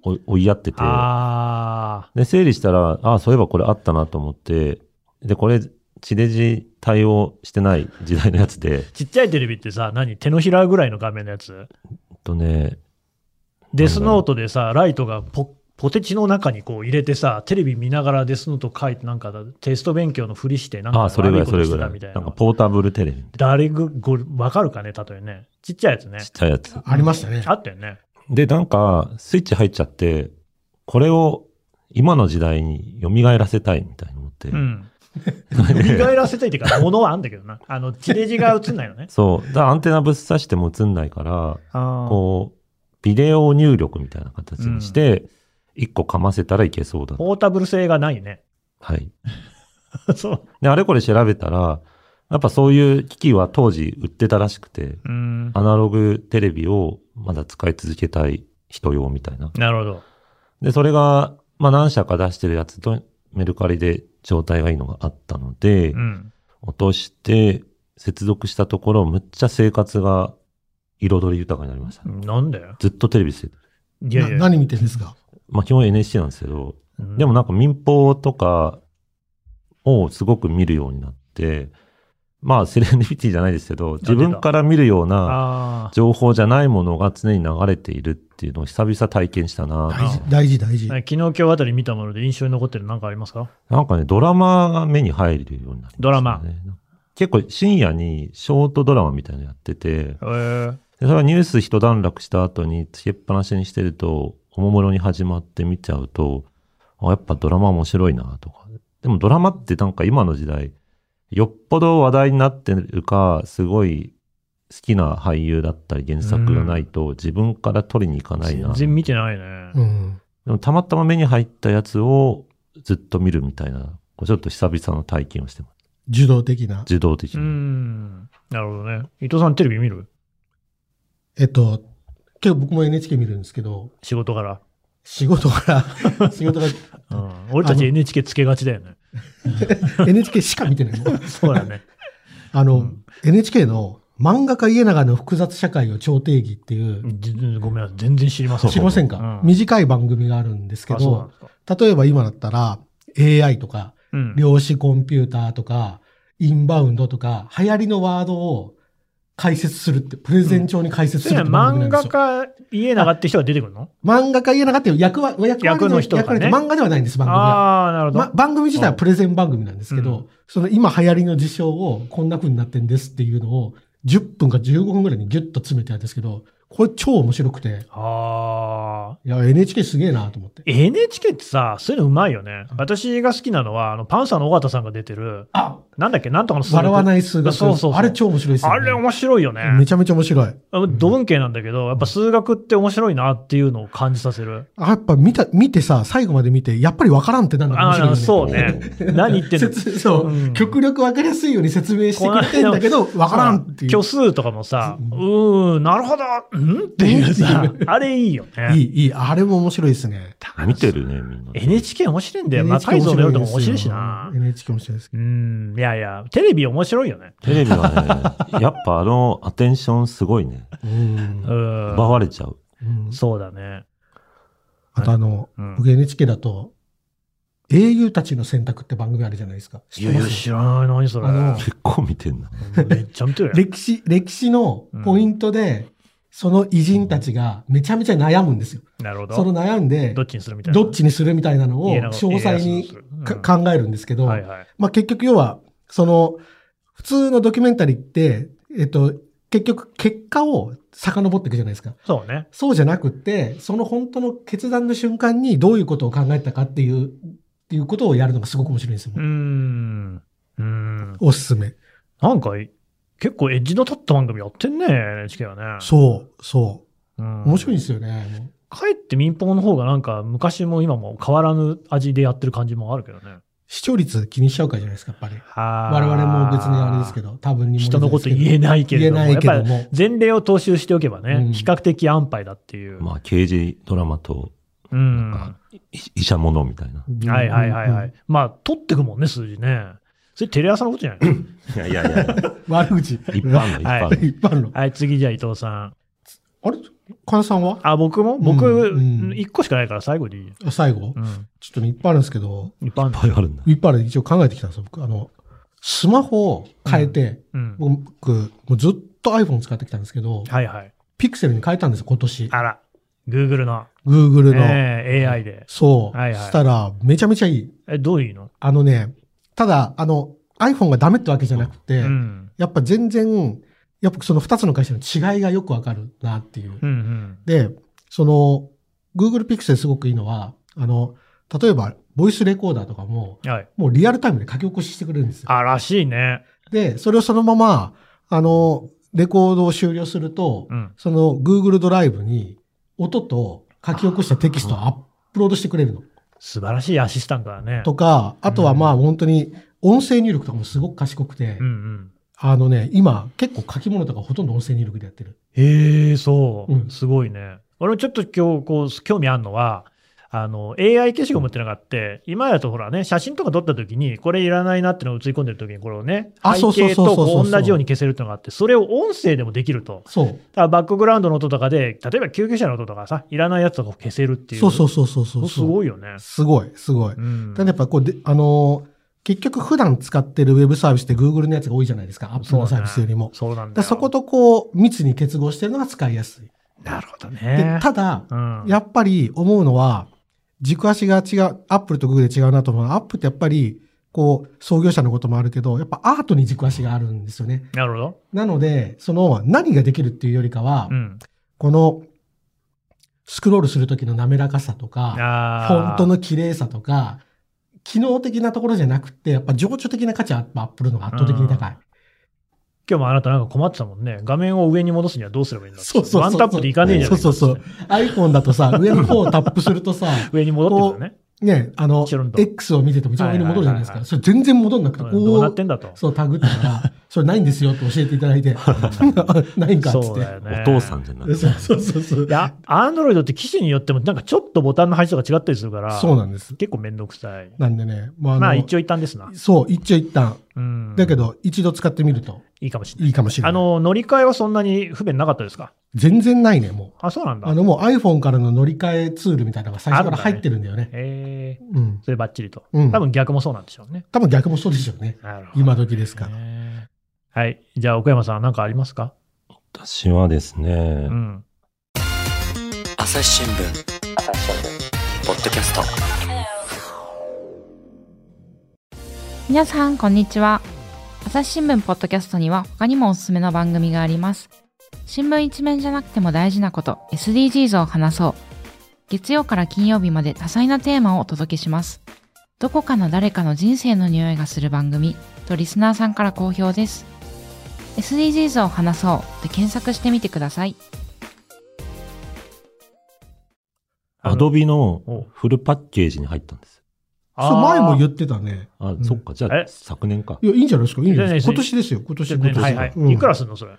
Speaker 4: 追い追いやってて、
Speaker 2: あ
Speaker 4: で、整理したら、ああ、そういえばこれあったなと思って、で、これ、地デジ対応してない時代のやつで、 *laughs*
Speaker 2: ー。ちっちゃいテレビってさ、何手のひらぐらいの画面のやつ
Speaker 4: えっとね、
Speaker 2: デスノートでさ、ライトがポポテチの中にこう入れてさ、テレビ見ながらデスノート書いて、なんかテスト勉強のふりして、なんか
Speaker 4: ああ、それぐら
Speaker 2: 悪
Speaker 4: い、
Speaker 2: こ
Speaker 4: そ
Speaker 2: と
Speaker 4: れ
Speaker 2: して
Speaker 4: ぐ
Speaker 2: た
Speaker 4: らい。
Speaker 2: みたい
Speaker 4: な
Speaker 2: なん
Speaker 4: かポータブルテレビみた
Speaker 2: 誰ぐ、ご、わかるかね、例えね。ちっちゃいやつね
Speaker 4: いな。ちっちゃいやつ。
Speaker 3: ありましたね。
Speaker 2: あったよね。
Speaker 4: で、なんか、スイッチ入っちゃって、これを今の時代に蘇らせたいみたいに思って。。
Speaker 2: うん。蘇らせといてから、物はあんだけどな。あの、地デジが映んないのね
Speaker 4: *laughs* そう。だからアンテナぶっ刺しても映んないから、
Speaker 2: あー
Speaker 4: こう、ビデオ入力みたいな形にして、一個かませたらいけそうだ。
Speaker 2: ポータブル性がないね。
Speaker 4: はい。
Speaker 2: そう。
Speaker 4: で、あれこれ調べたら、やっぱそういう機器は当時売ってたらしくて、
Speaker 2: うん。
Speaker 4: アナログテレビをまだ使い続けたい人用みたいな。
Speaker 2: なるほど。
Speaker 4: で、それが、まあ何社か出してるやつとメルカリで状態がいいのがあったので、
Speaker 2: うん。
Speaker 4: 落として接続したところ、むっちゃ生活が彩り豊かになりましたね、
Speaker 2: なんだよ。
Speaker 4: ずっとテレビしてる。
Speaker 2: いやいや。
Speaker 3: な何見てるんですか
Speaker 4: まあ基本 NSC なんですけど、
Speaker 2: うん
Speaker 4: でもなんか民放とかをすごく見るようになって、まあセレンディピティじゃないですけど、自分から見るような
Speaker 2: ああ。
Speaker 4: 情報じゃないものが常に流れているっていうのを久々体験したな。
Speaker 3: 大事、大事、大事。
Speaker 2: 昨日今日あたり見たもので印象に残ってる何かありますか
Speaker 4: なんかね、ドラマが目に入るようになりました、ね。
Speaker 2: ドラマ。
Speaker 4: 結構深夜にショートドラマみたいなのやってて、
Speaker 2: えー、
Speaker 4: でそれはニュース一段落した後につけっぱなしにしてると、おもむろに始まって見ちゃうと、あやっぱドラマ面白いなとか。でもドラマってなんか今の時代、よっぽど話題になってるか、すごい好きな俳優だったり原作がないと自分から取りに行かないな。
Speaker 2: 全然見てないね。
Speaker 3: うん。
Speaker 4: でもたまたま目に入ったやつをずっと見るみたいな、こうちょっと久々の体験をしてます。
Speaker 3: 受動的な。
Speaker 4: 自動的
Speaker 2: う
Speaker 4: に。
Speaker 2: ん。なるほどね。伊藤さんテレビ見る
Speaker 3: えっと、今日僕も NHK 見るんですけど、
Speaker 2: 仕事から。
Speaker 3: 仕事から、 *laughs* 仕事か *laughs*
Speaker 2: うん。俺たち NHK つけがちだよね。
Speaker 3: ら NHK しか見てないの。
Speaker 2: そうだね。
Speaker 3: あの、
Speaker 2: うん
Speaker 3: NHK の漫画家家長の複雑社会を超定義っていう、
Speaker 2: じごめんなさい。全然知りません。
Speaker 3: 知りませんか、
Speaker 2: うん
Speaker 3: 短い番組があるんですけ
Speaker 2: あそうなん
Speaker 3: ど
Speaker 2: で、すか
Speaker 3: 例えば今だったら AI とか、
Speaker 2: うん
Speaker 3: 量子コンピューターとか、インバウンドとか、流行りのワードを解説するって、プレゼン帳に解説す
Speaker 2: それ
Speaker 3: るっ
Speaker 2: は
Speaker 3: て番組な
Speaker 2: 漫
Speaker 3: んです
Speaker 2: 画
Speaker 3: よ。
Speaker 2: 家、家長って人が出てくるの
Speaker 3: 漫画家家長っていう役は、役割
Speaker 2: 役の人と
Speaker 3: 役
Speaker 2: かね
Speaker 3: 割って漫画ではないんです、番組は。
Speaker 2: ああ、なるほど。
Speaker 3: ま、番組自体はプレゼン番組なんですけど、
Speaker 2: う
Speaker 3: その今流行りの事象をこんな風になってんですっていうのを10分か15分ぐらいにギュッと詰めてあるんですけど、これ超面白くて、
Speaker 2: ああ。
Speaker 3: いや、NHK すげえなと思って。
Speaker 2: NHK ってさ、そういうのうまいよね。私が好きなのは、あの、パンサーの尾形さんが出てる、
Speaker 3: あ
Speaker 2: なんだっけ、なんとかの数学
Speaker 3: 笑わない数学。
Speaker 2: そうそうそう
Speaker 3: あれ超面白いですよ、ね。
Speaker 2: あれ面白いよね。
Speaker 3: めちゃめちゃ面白い。
Speaker 2: あのド文系なんだけど、やっぱ数学って面白いなっていうのを感じさせる。
Speaker 3: あやっぱ見た、見てさ、最後まで見て、やっぱりわからんってなんだ面白い
Speaker 2: あ
Speaker 3: よ
Speaker 2: あ、
Speaker 3: ね。
Speaker 2: そうね。
Speaker 3: *laughs*
Speaker 2: 何言ってんの
Speaker 3: 説そう、
Speaker 2: うん
Speaker 3: 極力わかりやすいように説明してくれてんだけど、わからんっていう。
Speaker 2: 虚数とかもさ、う
Speaker 3: うん
Speaker 2: ーん、なるほど、うんっていう
Speaker 3: *laughs*
Speaker 2: さ、あれいいよね。
Speaker 3: いい、いい。あれも面白いですね。
Speaker 4: 見てるね、みんな。
Speaker 2: NHK 面白いんだよ。魔
Speaker 3: NHK
Speaker 2: 改造の夜とかも面白
Speaker 3: 面白
Speaker 2: い
Speaker 3: い
Speaker 2: しな。
Speaker 3: NHK 面白いです。
Speaker 2: うん、いやいや、テレビ面白いよね。
Speaker 4: テレビはね、やっぱあのアテンションすごいね。
Speaker 3: うん
Speaker 2: う。ん。
Speaker 4: 奪われちゃう。
Speaker 3: うん
Speaker 2: そうだね。
Speaker 3: あとあの、
Speaker 2: うん
Speaker 3: 僕 NHK だと、英雄たちの選択って番組あるじゃないですか。知
Speaker 2: い
Speaker 3: っ
Speaker 2: や
Speaker 3: て
Speaker 2: い
Speaker 3: ま
Speaker 2: や、
Speaker 3: す
Speaker 2: 知らない。何それ。
Speaker 3: あの
Speaker 4: 結構見てんな。
Speaker 2: めっちゃ見てるやん。
Speaker 3: 歴史、歴史のポイントで、その偉人たちがめちゃめちゃ悩むんですよ。
Speaker 2: なるほど。
Speaker 3: その悩んで
Speaker 2: どっ、ちにするみたいな。
Speaker 3: どっちにするみたいなのを
Speaker 2: 家長
Speaker 3: 詳細に
Speaker 2: 家康のする
Speaker 3: か考えるんですけ
Speaker 2: うん
Speaker 3: ど、
Speaker 2: はいはい。
Speaker 3: まあ結局要は、その、普通のドキュメンタリーって、えっと、結局結果を遡っていくじゃないですか。
Speaker 2: そうね。
Speaker 3: そうじゃなくって、その本当の決断の瞬間にどういうことを考えたかっていう、っていうことをやるのがすごく面白いんですよ
Speaker 2: うー。ん。うーん。
Speaker 3: おすすめ。
Speaker 2: なんか、結構エッジの立った番組やってんね、NHK はね。。
Speaker 3: そう、そう
Speaker 2: ん
Speaker 3: う。面白いんですよね。もう
Speaker 2: かえって民放の方がなんか昔も今も変わらぬ味でやってる感じもあるけどね。
Speaker 3: 視聴率気にしちゃうからじゃないですか、やっぱり。
Speaker 2: 我
Speaker 3: 我々も別にあれですけ。ど、多分にも
Speaker 2: 人のこと言えないけれども、
Speaker 3: 言えないけ
Speaker 2: や
Speaker 3: ど
Speaker 2: っぱ
Speaker 3: も。
Speaker 2: り前例を踏襲しておけばね、
Speaker 3: うん
Speaker 2: 比較的安牌だっていう。
Speaker 4: まあ、刑事ドラマと
Speaker 2: うん。
Speaker 4: なんい医者ものみたいな。
Speaker 2: はいはいはいはい。
Speaker 3: うん。
Speaker 2: まあ、取ってくもんね、数字ね。それテレ朝のことじゃない
Speaker 4: いやいやいや、
Speaker 3: 悪口。
Speaker 4: 一般の一
Speaker 2: は
Speaker 4: 般
Speaker 2: い
Speaker 4: の。
Speaker 3: 一般の。
Speaker 2: はい、次じゃあ伊藤さん。
Speaker 3: あれ金さんは
Speaker 2: あ、僕も
Speaker 3: ん
Speaker 2: 僕、
Speaker 3: うん
Speaker 2: 1個しかないから最後でいいよ。
Speaker 3: あ最後
Speaker 2: うん。
Speaker 3: ちょっとね、いっぱいあるんですけど、
Speaker 2: 一般
Speaker 4: いっ。ぱいあるんだ。
Speaker 3: いっぱいある一応考えてきたんですよ、僕。あの、スマホを変えて、
Speaker 2: うん。
Speaker 3: 僕、もうずっと iPhone 使ってきたんですけど、
Speaker 2: はいはい。
Speaker 3: ピクセルに変えたんですよ、今年。
Speaker 2: あら、Google の、
Speaker 3: Google の。
Speaker 2: えー AI で。
Speaker 3: そう。
Speaker 2: はいはい
Speaker 3: したら、めちゃめちゃいい。
Speaker 2: え、どういうの
Speaker 3: あのね、ただ、あの、iPhone がダメってわけじゃなくて、
Speaker 2: うん。
Speaker 3: やっぱ全然、やっぱその2つの会社の違いがよくわかるなっていう。
Speaker 2: うんうん。
Speaker 3: で、その、Google Pixel すごくいいのは、あの、例えば、ボイスレコーダーとかも、
Speaker 2: はい。
Speaker 3: もうリアルタイムで書き起こししてくれるんですよ。
Speaker 2: あ、らしいね。
Speaker 3: で、それをそのまま、あの、レコードを終了すると、
Speaker 2: うん。
Speaker 3: その Google ドライブに、音と書き起こしたテキストをアップロードしてくれるの。
Speaker 2: 素晴らしいアシスタントだね。
Speaker 3: とか、あとはまあ本当に、音声入力とかもすごく賢くて、
Speaker 2: うんうん。
Speaker 3: あのね、今結構書き物とかほとんど音声入力でやってる。
Speaker 2: へえ、そう、
Speaker 3: うん
Speaker 2: すごいね。俺もちょっと今日、こう、興味あるのは、あの、AI 消しゴムってのがあって、今だとほらね、写真とか撮った時に、これいらないなってのを映り込んでる時に、これをね、
Speaker 3: あ
Speaker 2: 背
Speaker 3: そうそう
Speaker 2: 景
Speaker 3: そうそ
Speaker 2: と
Speaker 3: うそう
Speaker 2: こう同じように消せるってのがあって、それを音声でもできると。
Speaker 3: そう。
Speaker 2: だからバックグラウンドの音とかで、例えば救急車の音とかさ、いらないやつとかを消せるっていう。
Speaker 3: そうそうそうそうそう。
Speaker 2: すごいよね。
Speaker 3: すごい、すごい。
Speaker 2: うん。
Speaker 3: ただやっぱこうで、あのー結局普段使ってるウェブサービスって Google のやつが多いじゃないですか。Apple のサービスよりも。
Speaker 2: そうなん
Speaker 3: だ
Speaker 2: だ
Speaker 3: から
Speaker 2: よ。
Speaker 3: そことこう、密に結合してるのが使いやすい。
Speaker 2: なるほど
Speaker 3: で
Speaker 2: ね。
Speaker 3: ただ、
Speaker 2: うん、
Speaker 3: やっぱり思うのは、軸足が違う、Apple と Google で違うなと思うのは、Apple ってやっぱり、こう、創業者のこともあるけど、やっぱアートに軸足があるんですよね。
Speaker 2: なるほど。
Speaker 3: なので、その何ができるっていうよりかは、
Speaker 2: うん。
Speaker 3: この、スクロールする時の滑らかさとか、
Speaker 2: あ
Speaker 3: フ
Speaker 2: ー
Speaker 3: ォントの綺麗さとか、機能的なところじゃなくて、やっぱ情緒的な価値はやっぱアップルの方が圧倒的に高い。
Speaker 2: 今日もあなたなんか困ってたもんね。画面を上に戻すにはどうすればいいんだって
Speaker 3: そうそうそう
Speaker 2: ワンタップでいかねえじゃん。
Speaker 3: そうそうそう。iPhone だ
Speaker 2: *laughs*
Speaker 3: とさ、上の方をタップするとさ、
Speaker 2: 上に戻ってくるね。
Speaker 3: ね、あの
Speaker 2: チロン、と
Speaker 3: X を見てても一番上に戻るじゃないです
Speaker 2: はいはいはいはい
Speaker 3: か。それ全然戻んなくて、
Speaker 2: うん
Speaker 3: こ
Speaker 2: どうなってんだと。
Speaker 3: そう、タグった
Speaker 2: *laughs*
Speaker 3: から、それないんですよって教えていただいて、ないんかっつっ
Speaker 2: そう
Speaker 3: て。
Speaker 2: だよね。
Speaker 4: お父さんじゃない
Speaker 3: そうそうそうそう
Speaker 2: い。や、アンドロイドって機種によっても、なんかちょっとボタンの配置とか違ったりするから、
Speaker 3: そうなんです。
Speaker 2: 結構めんどくさい。
Speaker 3: なんでね、まあ、あの
Speaker 2: まあ一応一旦ですな。
Speaker 3: そう、一応一旦。
Speaker 2: うん。
Speaker 3: だけ、ど、一度使ってみると
Speaker 2: いいかもしれない
Speaker 3: い。いかもしれない。
Speaker 2: あの、乗り換えはそんなに不便なかったですか
Speaker 3: 全然ないね、もう。
Speaker 2: あ、そうなんだ。
Speaker 3: あのもう iPhone からの乗り換えツールみたいなのが最初から入ってるんだよね。
Speaker 2: えー、
Speaker 3: うん。
Speaker 2: そればっちりと。
Speaker 3: うん
Speaker 2: 多分逆もそうなんでしょうね。
Speaker 3: 多分逆もそうでしょうね。
Speaker 2: なるほど
Speaker 3: 今時ですから。
Speaker 2: ねはい。じゃあ、奥山さん、何かありますか
Speaker 4: 私はですね
Speaker 2: う、ん。
Speaker 1: 朝日新聞ポッドキャスト
Speaker 5: 皆さんこんにちは朝日新聞ポッドキャストには他にもおすすめの番組があります新聞一面じゃなくても大事なこと SDGs を話そう月曜から金曜日まで多彩なテーマをお届けしますどこかの誰かの人生の匂いがする番組とリスナーさんから好評です SDGs を話そうで検索してみてください
Speaker 2: あの
Speaker 4: アドビの
Speaker 2: お
Speaker 4: フルパッケージに入ったんです。
Speaker 3: そう前も
Speaker 2: っ
Speaker 3: 言ってたね。
Speaker 4: あ
Speaker 3: ん、
Speaker 4: そっか、じゃ
Speaker 2: え
Speaker 4: あ昨年か
Speaker 3: い。や、いいんじゃないですか。いいんじゃないですか。
Speaker 2: い
Speaker 3: 今
Speaker 2: やいや
Speaker 3: 年ですよ。今年、
Speaker 2: て
Speaker 3: 今年。
Speaker 2: はいはい、
Speaker 3: うん
Speaker 2: いくらすんのそれ。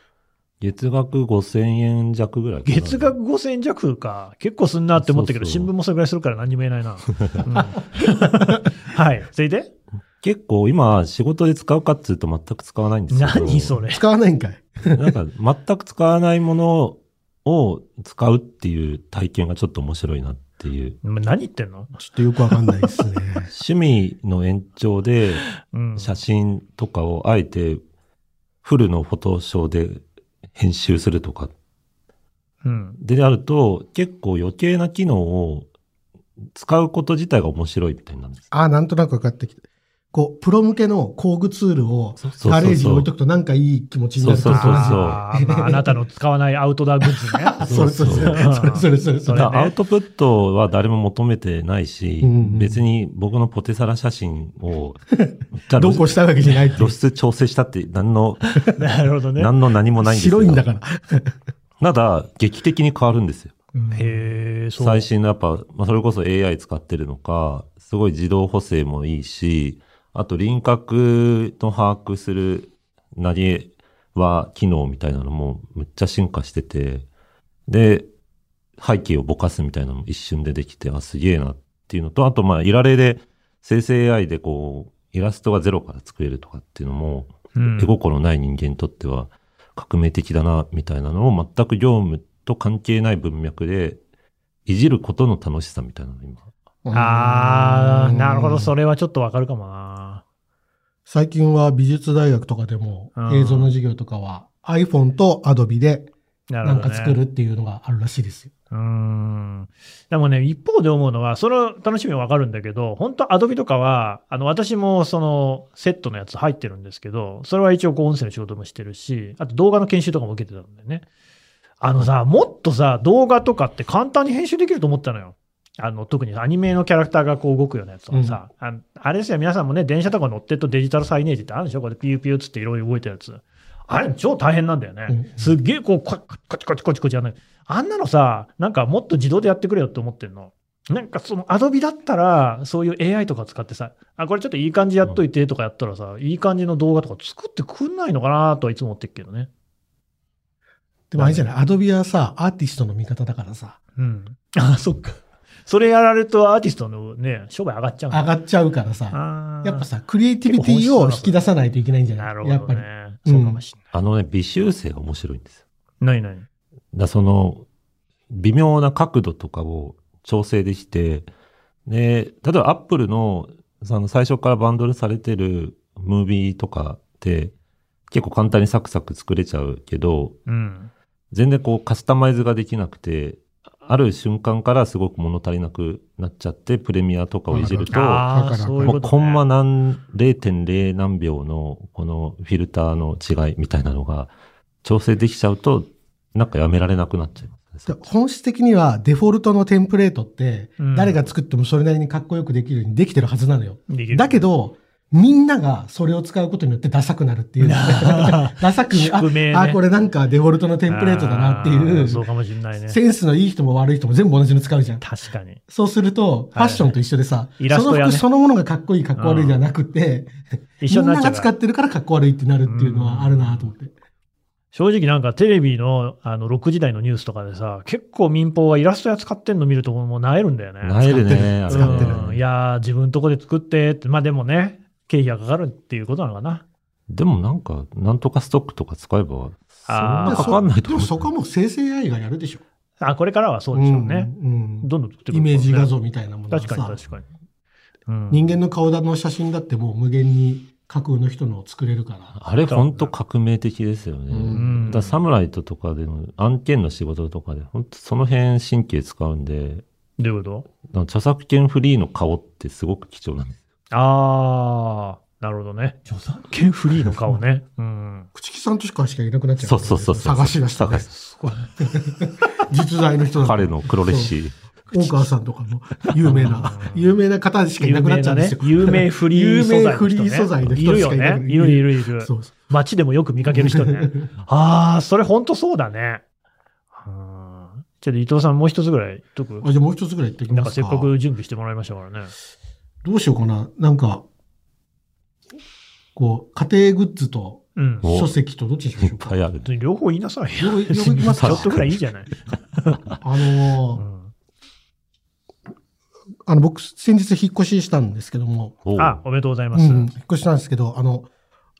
Speaker 4: 月額5000円弱ぐらいかな。
Speaker 2: 月額5000円弱か。結構すんなって思ったけど、
Speaker 4: そうそう
Speaker 2: 新聞もそれぐらいするから何にも言えないな。
Speaker 3: *laughs*
Speaker 2: うんはい。それで
Speaker 4: 結構今仕事で使うかっつうと全く使わないんですけど
Speaker 2: 何それ。
Speaker 3: 使わないんかい。
Speaker 4: なんか全く使わないものを使うっていう体験がちょっと面白いなっていう。
Speaker 2: 何言ってんの
Speaker 3: ちょっとよくわかんないですね。
Speaker 4: 趣味の延長で
Speaker 2: うん。
Speaker 4: 写真とかをあえてフルのフォトショーで編集するとか
Speaker 2: うん。
Speaker 4: であると結構余計な機能を使うこと自体が面白いみたいなんです。
Speaker 3: ああ、なんとなく分かってきた。こう、プロ向けの工具ツールを
Speaker 4: そうそうそうそう
Speaker 3: ガレージに置いとくとなんかいい気持ちになると
Speaker 4: そうそうそう
Speaker 2: あーまああなたの使わないアウトドアグッズね。
Speaker 3: *laughs* それそれそれそれそれそれそ
Speaker 2: そ
Speaker 3: れ
Speaker 2: れね
Speaker 4: だからアウトプットは誰も求めてないし、
Speaker 3: うんうん
Speaker 4: 別に僕のポテサラ写真
Speaker 3: *laughs*
Speaker 4: を、
Speaker 3: どうこうしたいわけじゃないってい
Speaker 4: 露
Speaker 3: う
Speaker 4: 出調整したって何の、
Speaker 2: なるほどね。
Speaker 4: 何の何もないんですよ
Speaker 3: 白いんだから。
Speaker 4: ただ、劇的に変わるんですよ。
Speaker 2: へえ、そう。
Speaker 4: 最新のやっぱ、まあ、それこそ AI 使ってるのか、すごい自動補正もいいし、あと輪郭の把握するなりは機能みたいなのもむっちゃ進化してて、で、背景をぼかすみたいなのも一瞬でできて、あ、すげえなっていうのと、あとまあ、イラレで生成 AI でこう、イラストがゼロから作れるとかっていうのも、
Speaker 2: うん
Speaker 4: 手心ない人間にとっては革命的だな、みたいなのを全く業務と関係ない文脈で、いじることの楽しさみたいなの今。
Speaker 2: ああ、なるほど。
Speaker 3: う
Speaker 2: そ
Speaker 3: ん。
Speaker 2: れはちょっとわかるかもな。
Speaker 3: 最近は美術大学とかでも
Speaker 2: うん
Speaker 3: 映像の授業とかは iPhone と Adobe で
Speaker 2: なる
Speaker 3: な
Speaker 2: ほ
Speaker 3: ん
Speaker 2: ど、ね。
Speaker 3: か作るっていうのがあるらしいですよ。
Speaker 2: うーん。でもね、一方で思うのは、その楽しみはわかるんだけど、本当アドビとかは、あの、私もそのセットのやつ入ってるんですけど、それは一応こう音声の仕事もしてるし、あと動画の研修とかも受けてたんだよね。あのさ、もっとさ、動画とかって簡単に編集できると思ったのよ。あの、特にアニメのキャラクターがこう動くようなやつとかさ、ああれですよ、皆さんもね、電車とか乗ってるとデジタルサイネージってあるでしょこれピューピューっつっていろいろ動いたやつ。あれ超大変なんだよね。
Speaker 3: うん
Speaker 2: すっげえこう、ここっちこっちこっちこっちやんない。あんなのさ、なんかもっと自動でやってくれよって思ってんの。なんかそのアドビだったら、そういう AI とか使ってさ、あ、これちょっといい感じやっといてとかやったらさ、いい感じの動画とか作ってくんないのかなとはいつも思ってるけどね。
Speaker 3: でもあれじゃない、Adobe はさ、アーティストの味方だからさ、
Speaker 2: うん。 *laughs* あ、そっか。それやられるとアーティストのね、商売上がっちゃうんだ
Speaker 3: 上がっちゃうからさ、
Speaker 2: あー
Speaker 3: やっぱさ、クリエイティビティを引き出さないといけないんじゃない
Speaker 2: なるほ
Speaker 3: やっ
Speaker 2: ど
Speaker 3: ぱり。
Speaker 2: ね。
Speaker 3: り
Speaker 2: そうかもし
Speaker 4: あのね、微修正が面白いんですよ。
Speaker 2: んない。ないない。
Speaker 4: だからその、微妙な角度とかを調整できて、で、例えば Apple の、その最初からバンドルされてるムービーとかって、結構簡単にサクサク作れちゃうけど、
Speaker 2: うん。
Speaker 4: 全然こうカスタマイズができなくて、ある瞬間からすごく物足りなくなっちゃって、プレミアとかをいじると、
Speaker 2: ああ、
Speaker 3: だから
Speaker 2: そういう
Speaker 4: も
Speaker 2: こ
Speaker 4: う
Speaker 2: と、ね。
Speaker 4: コンマ何、0.0何秒のこのフィルターの違いみたいなのが調整できちゃうと、なんかやめられなくなっちゃいます
Speaker 3: で
Speaker 4: ね。
Speaker 3: 本質的にはデフォルトのテンプレートって
Speaker 2: うん
Speaker 3: 誰が作ってもそれなりにかっこよくできるようにできてるはずなのよ。
Speaker 2: できる
Speaker 3: だけど、みんながそれを使うことによってダサくなる
Speaker 2: *laughs*
Speaker 3: っていう。ダサく、あ
Speaker 2: 宿命ね、
Speaker 3: あ、これなんかデフォルトのテンプレートだなってい
Speaker 2: あー
Speaker 3: う、
Speaker 2: そうかもしれないね。
Speaker 3: センスのいい人も悪い人も全部同じの使うじゃん。
Speaker 2: 確かに。
Speaker 3: そうすると、ファッションと一緒でさ、
Speaker 2: いイラスト
Speaker 3: その
Speaker 2: やね
Speaker 3: 服そのものがかっこいい、かっこ悪いじゃなくて、
Speaker 2: 一緒に
Speaker 3: みん
Speaker 2: なっ
Speaker 3: な
Speaker 2: ちゃ
Speaker 3: が
Speaker 2: う
Speaker 3: 使
Speaker 2: から。
Speaker 3: ってるからかっこ悪いってなるっていうのはあるなと思って。
Speaker 2: 正直なんかテレビのあの6時台のニュースとかでさ、結構民放はイラストや使ってんの見るともうなえるんだよね。
Speaker 4: なえるね、
Speaker 3: 使ってる
Speaker 4: あれね
Speaker 2: うんいやー、自分のとこで作ってって、まあでもね、経費がかかるっていうことなのかな。
Speaker 4: でもなんか、なんとかストックとか使えば、そん
Speaker 2: あー
Speaker 4: なかかんない
Speaker 3: で
Speaker 4: と思
Speaker 3: も
Speaker 4: う。
Speaker 3: そこはもう生成 AI がやるでしょ。
Speaker 2: あ、これからはそうでしょうね。
Speaker 3: うん。うん
Speaker 2: どんどん作ってく
Speaker 3: イ
Speaker 2: るからね
Speaker 3: メージ画像みたいなものを
Speaker 2: 確
Speaker 3: さ
Speaker 2: かに確かに。うん
Speaker 3: 人間の顔だの写真だってもう無限に架空の人のを作れるから。
Speaker 4: あれ本当革命的ですよね。
Speaker 3: うん
Speaker 2: うん
Speaker 4: だからサムライトとかでの案件の仕事とかで、本当その辺神経使うんで、
Speaker 2: どういうこと
Speaker 4: なんか著作権フリーの顔ってすごく貴重なんです。
Speaker 2: あー、なるほどね。ケンフリーの顔ね。うん。
Speaker 3: 朽木さんとしかしかいなくなっちゃう、
Speaker 4: そうそうそうそう
Speaker 3: 探し出した、ね。
Speaker 4: 探
Speaker 3: 実在の人だと
Speaker 4: 彼の黒歴史。
Speaker 3: 大川さんとかも有名な、有名な方しかいなくなっちゃうんですよ。
Speaker 2: 有名フリー素材の人、ね。
Speaker 3: 有名フリー素材の人
Speaker 2: いる
Speaker 3: し
Speaker 2: よ
Speaker 3: かいな
Speaker 2: ね
Speaker 3: く。
Speaker 2: いるいるいる。
Speaker 3: そうそう
Speaker 2: 街でもよく見かける人
Speaker 3: *laughs*
Speaker 2: ね。ああ、それ本当そうだね。うんちょっと伊藤さんもう一つぐらい言っとく
Speaker 3: あじゃあもう一つぐらい言ってお
Speaker 2: な
Speaker 3: き
Speaker 2: ん
Speaker 3: ま
Speaker 2: か
Speaker 3: すか。
Speaker 2: せっかく準備してもらいましたからね。
Speaker 3: どうしようかな。なんか、こう、家庭グッズと
Speaker 2: うん。
Speaker 4: お
Speaker 3: 書籍とどっちにしま
Speaker 4: い
Speaker 3: し
Speaker 4: っ
Speaker 3: ょうか。
Speaker 4: ぱいある。
Speaker 2: 両方言いなさい。
Speaker 3: 両方両方いきます
Speaker 2: ち
Speaker 3: か
Speaker 2: ょっとぐらいいいじゃない。
Speaker 3: あのー
Speaker 2: うん
Speaker 3: あの、僕、先日引っ越ししたんですけども、
Speaker 4: おう
Speaker 2: あ、おめでとうございま
Speaker 3: う
Speaker 2: す。
Speaker 3: ん、引っ越しなんですけど、あの、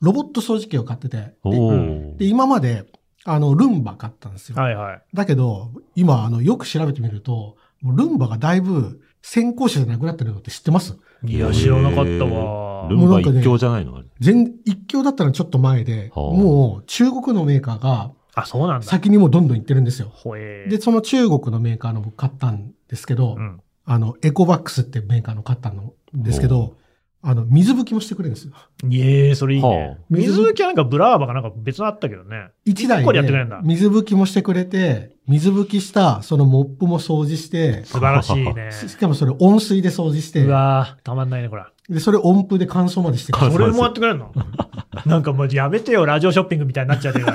Speaker 3: ロボット掃除機を買ってて、
Speaker 4: お
Speaker 3: で
Speaker 4: う
Speaker 3: で今まで、あの、ルンバ買ったんですよ。
Speaker 2: はいはい。
Speaker 3: だけど、今、あの、よく調べてみると、もうルンバがだいぶ先行者じゃなくなってるのって知ってます
Speaker 2: いや、知らなかったわ
Speaker 4: ル。ンバ一強じゃないのあれ。
Speaker 3: 全、一強だったのちょっと前で、
Speaker 4: はあ
Speaker 3: もう中国のメーカーが
Speaker 2: あ、そうなんだ。
Speaker 3: 先にもうどんどん行ってるんですよ。
Speaker 2: ほえー。
Speaker 3: で、その中国のメーカーの僕買ったんですけど、
Speaker 2: うん、
Speaker 3: あの、エコバックスってメーカーの買ったんですけど、あの、水拭きもしてくれるんですよ。
Speaker 2: いえー、それいい
Speaker 4: は
Speaker 2: ね
Speaker 4: あ。
Speaker 2: 水拭きはなんかブラーバがなんか別のあったけどね。
Speaker 3: 一台
Speaker 2: 一個でやってくれるんだ
Speaker 3: 水拭きもしてくれて、水拭きした、そのモップも掃除して、
Speaker 2: 素晴らしい
Speaker 3: *laughs*
Speaker 2: ね。
Speaker 3: ししかもそれ温水で掃除して
Speaker 2: う、わーたまんないね、これ。
Speaker 3: で、それ音符で乾燥までしてくれ
Speaker 2: そ
Speaker 3: る。
Speaker 2: れもやってくれる
Speaker 3: *laughs*
Speaker 2: のなんかもうやめてよ、ラジオショッピングみたいになっちゃうけど。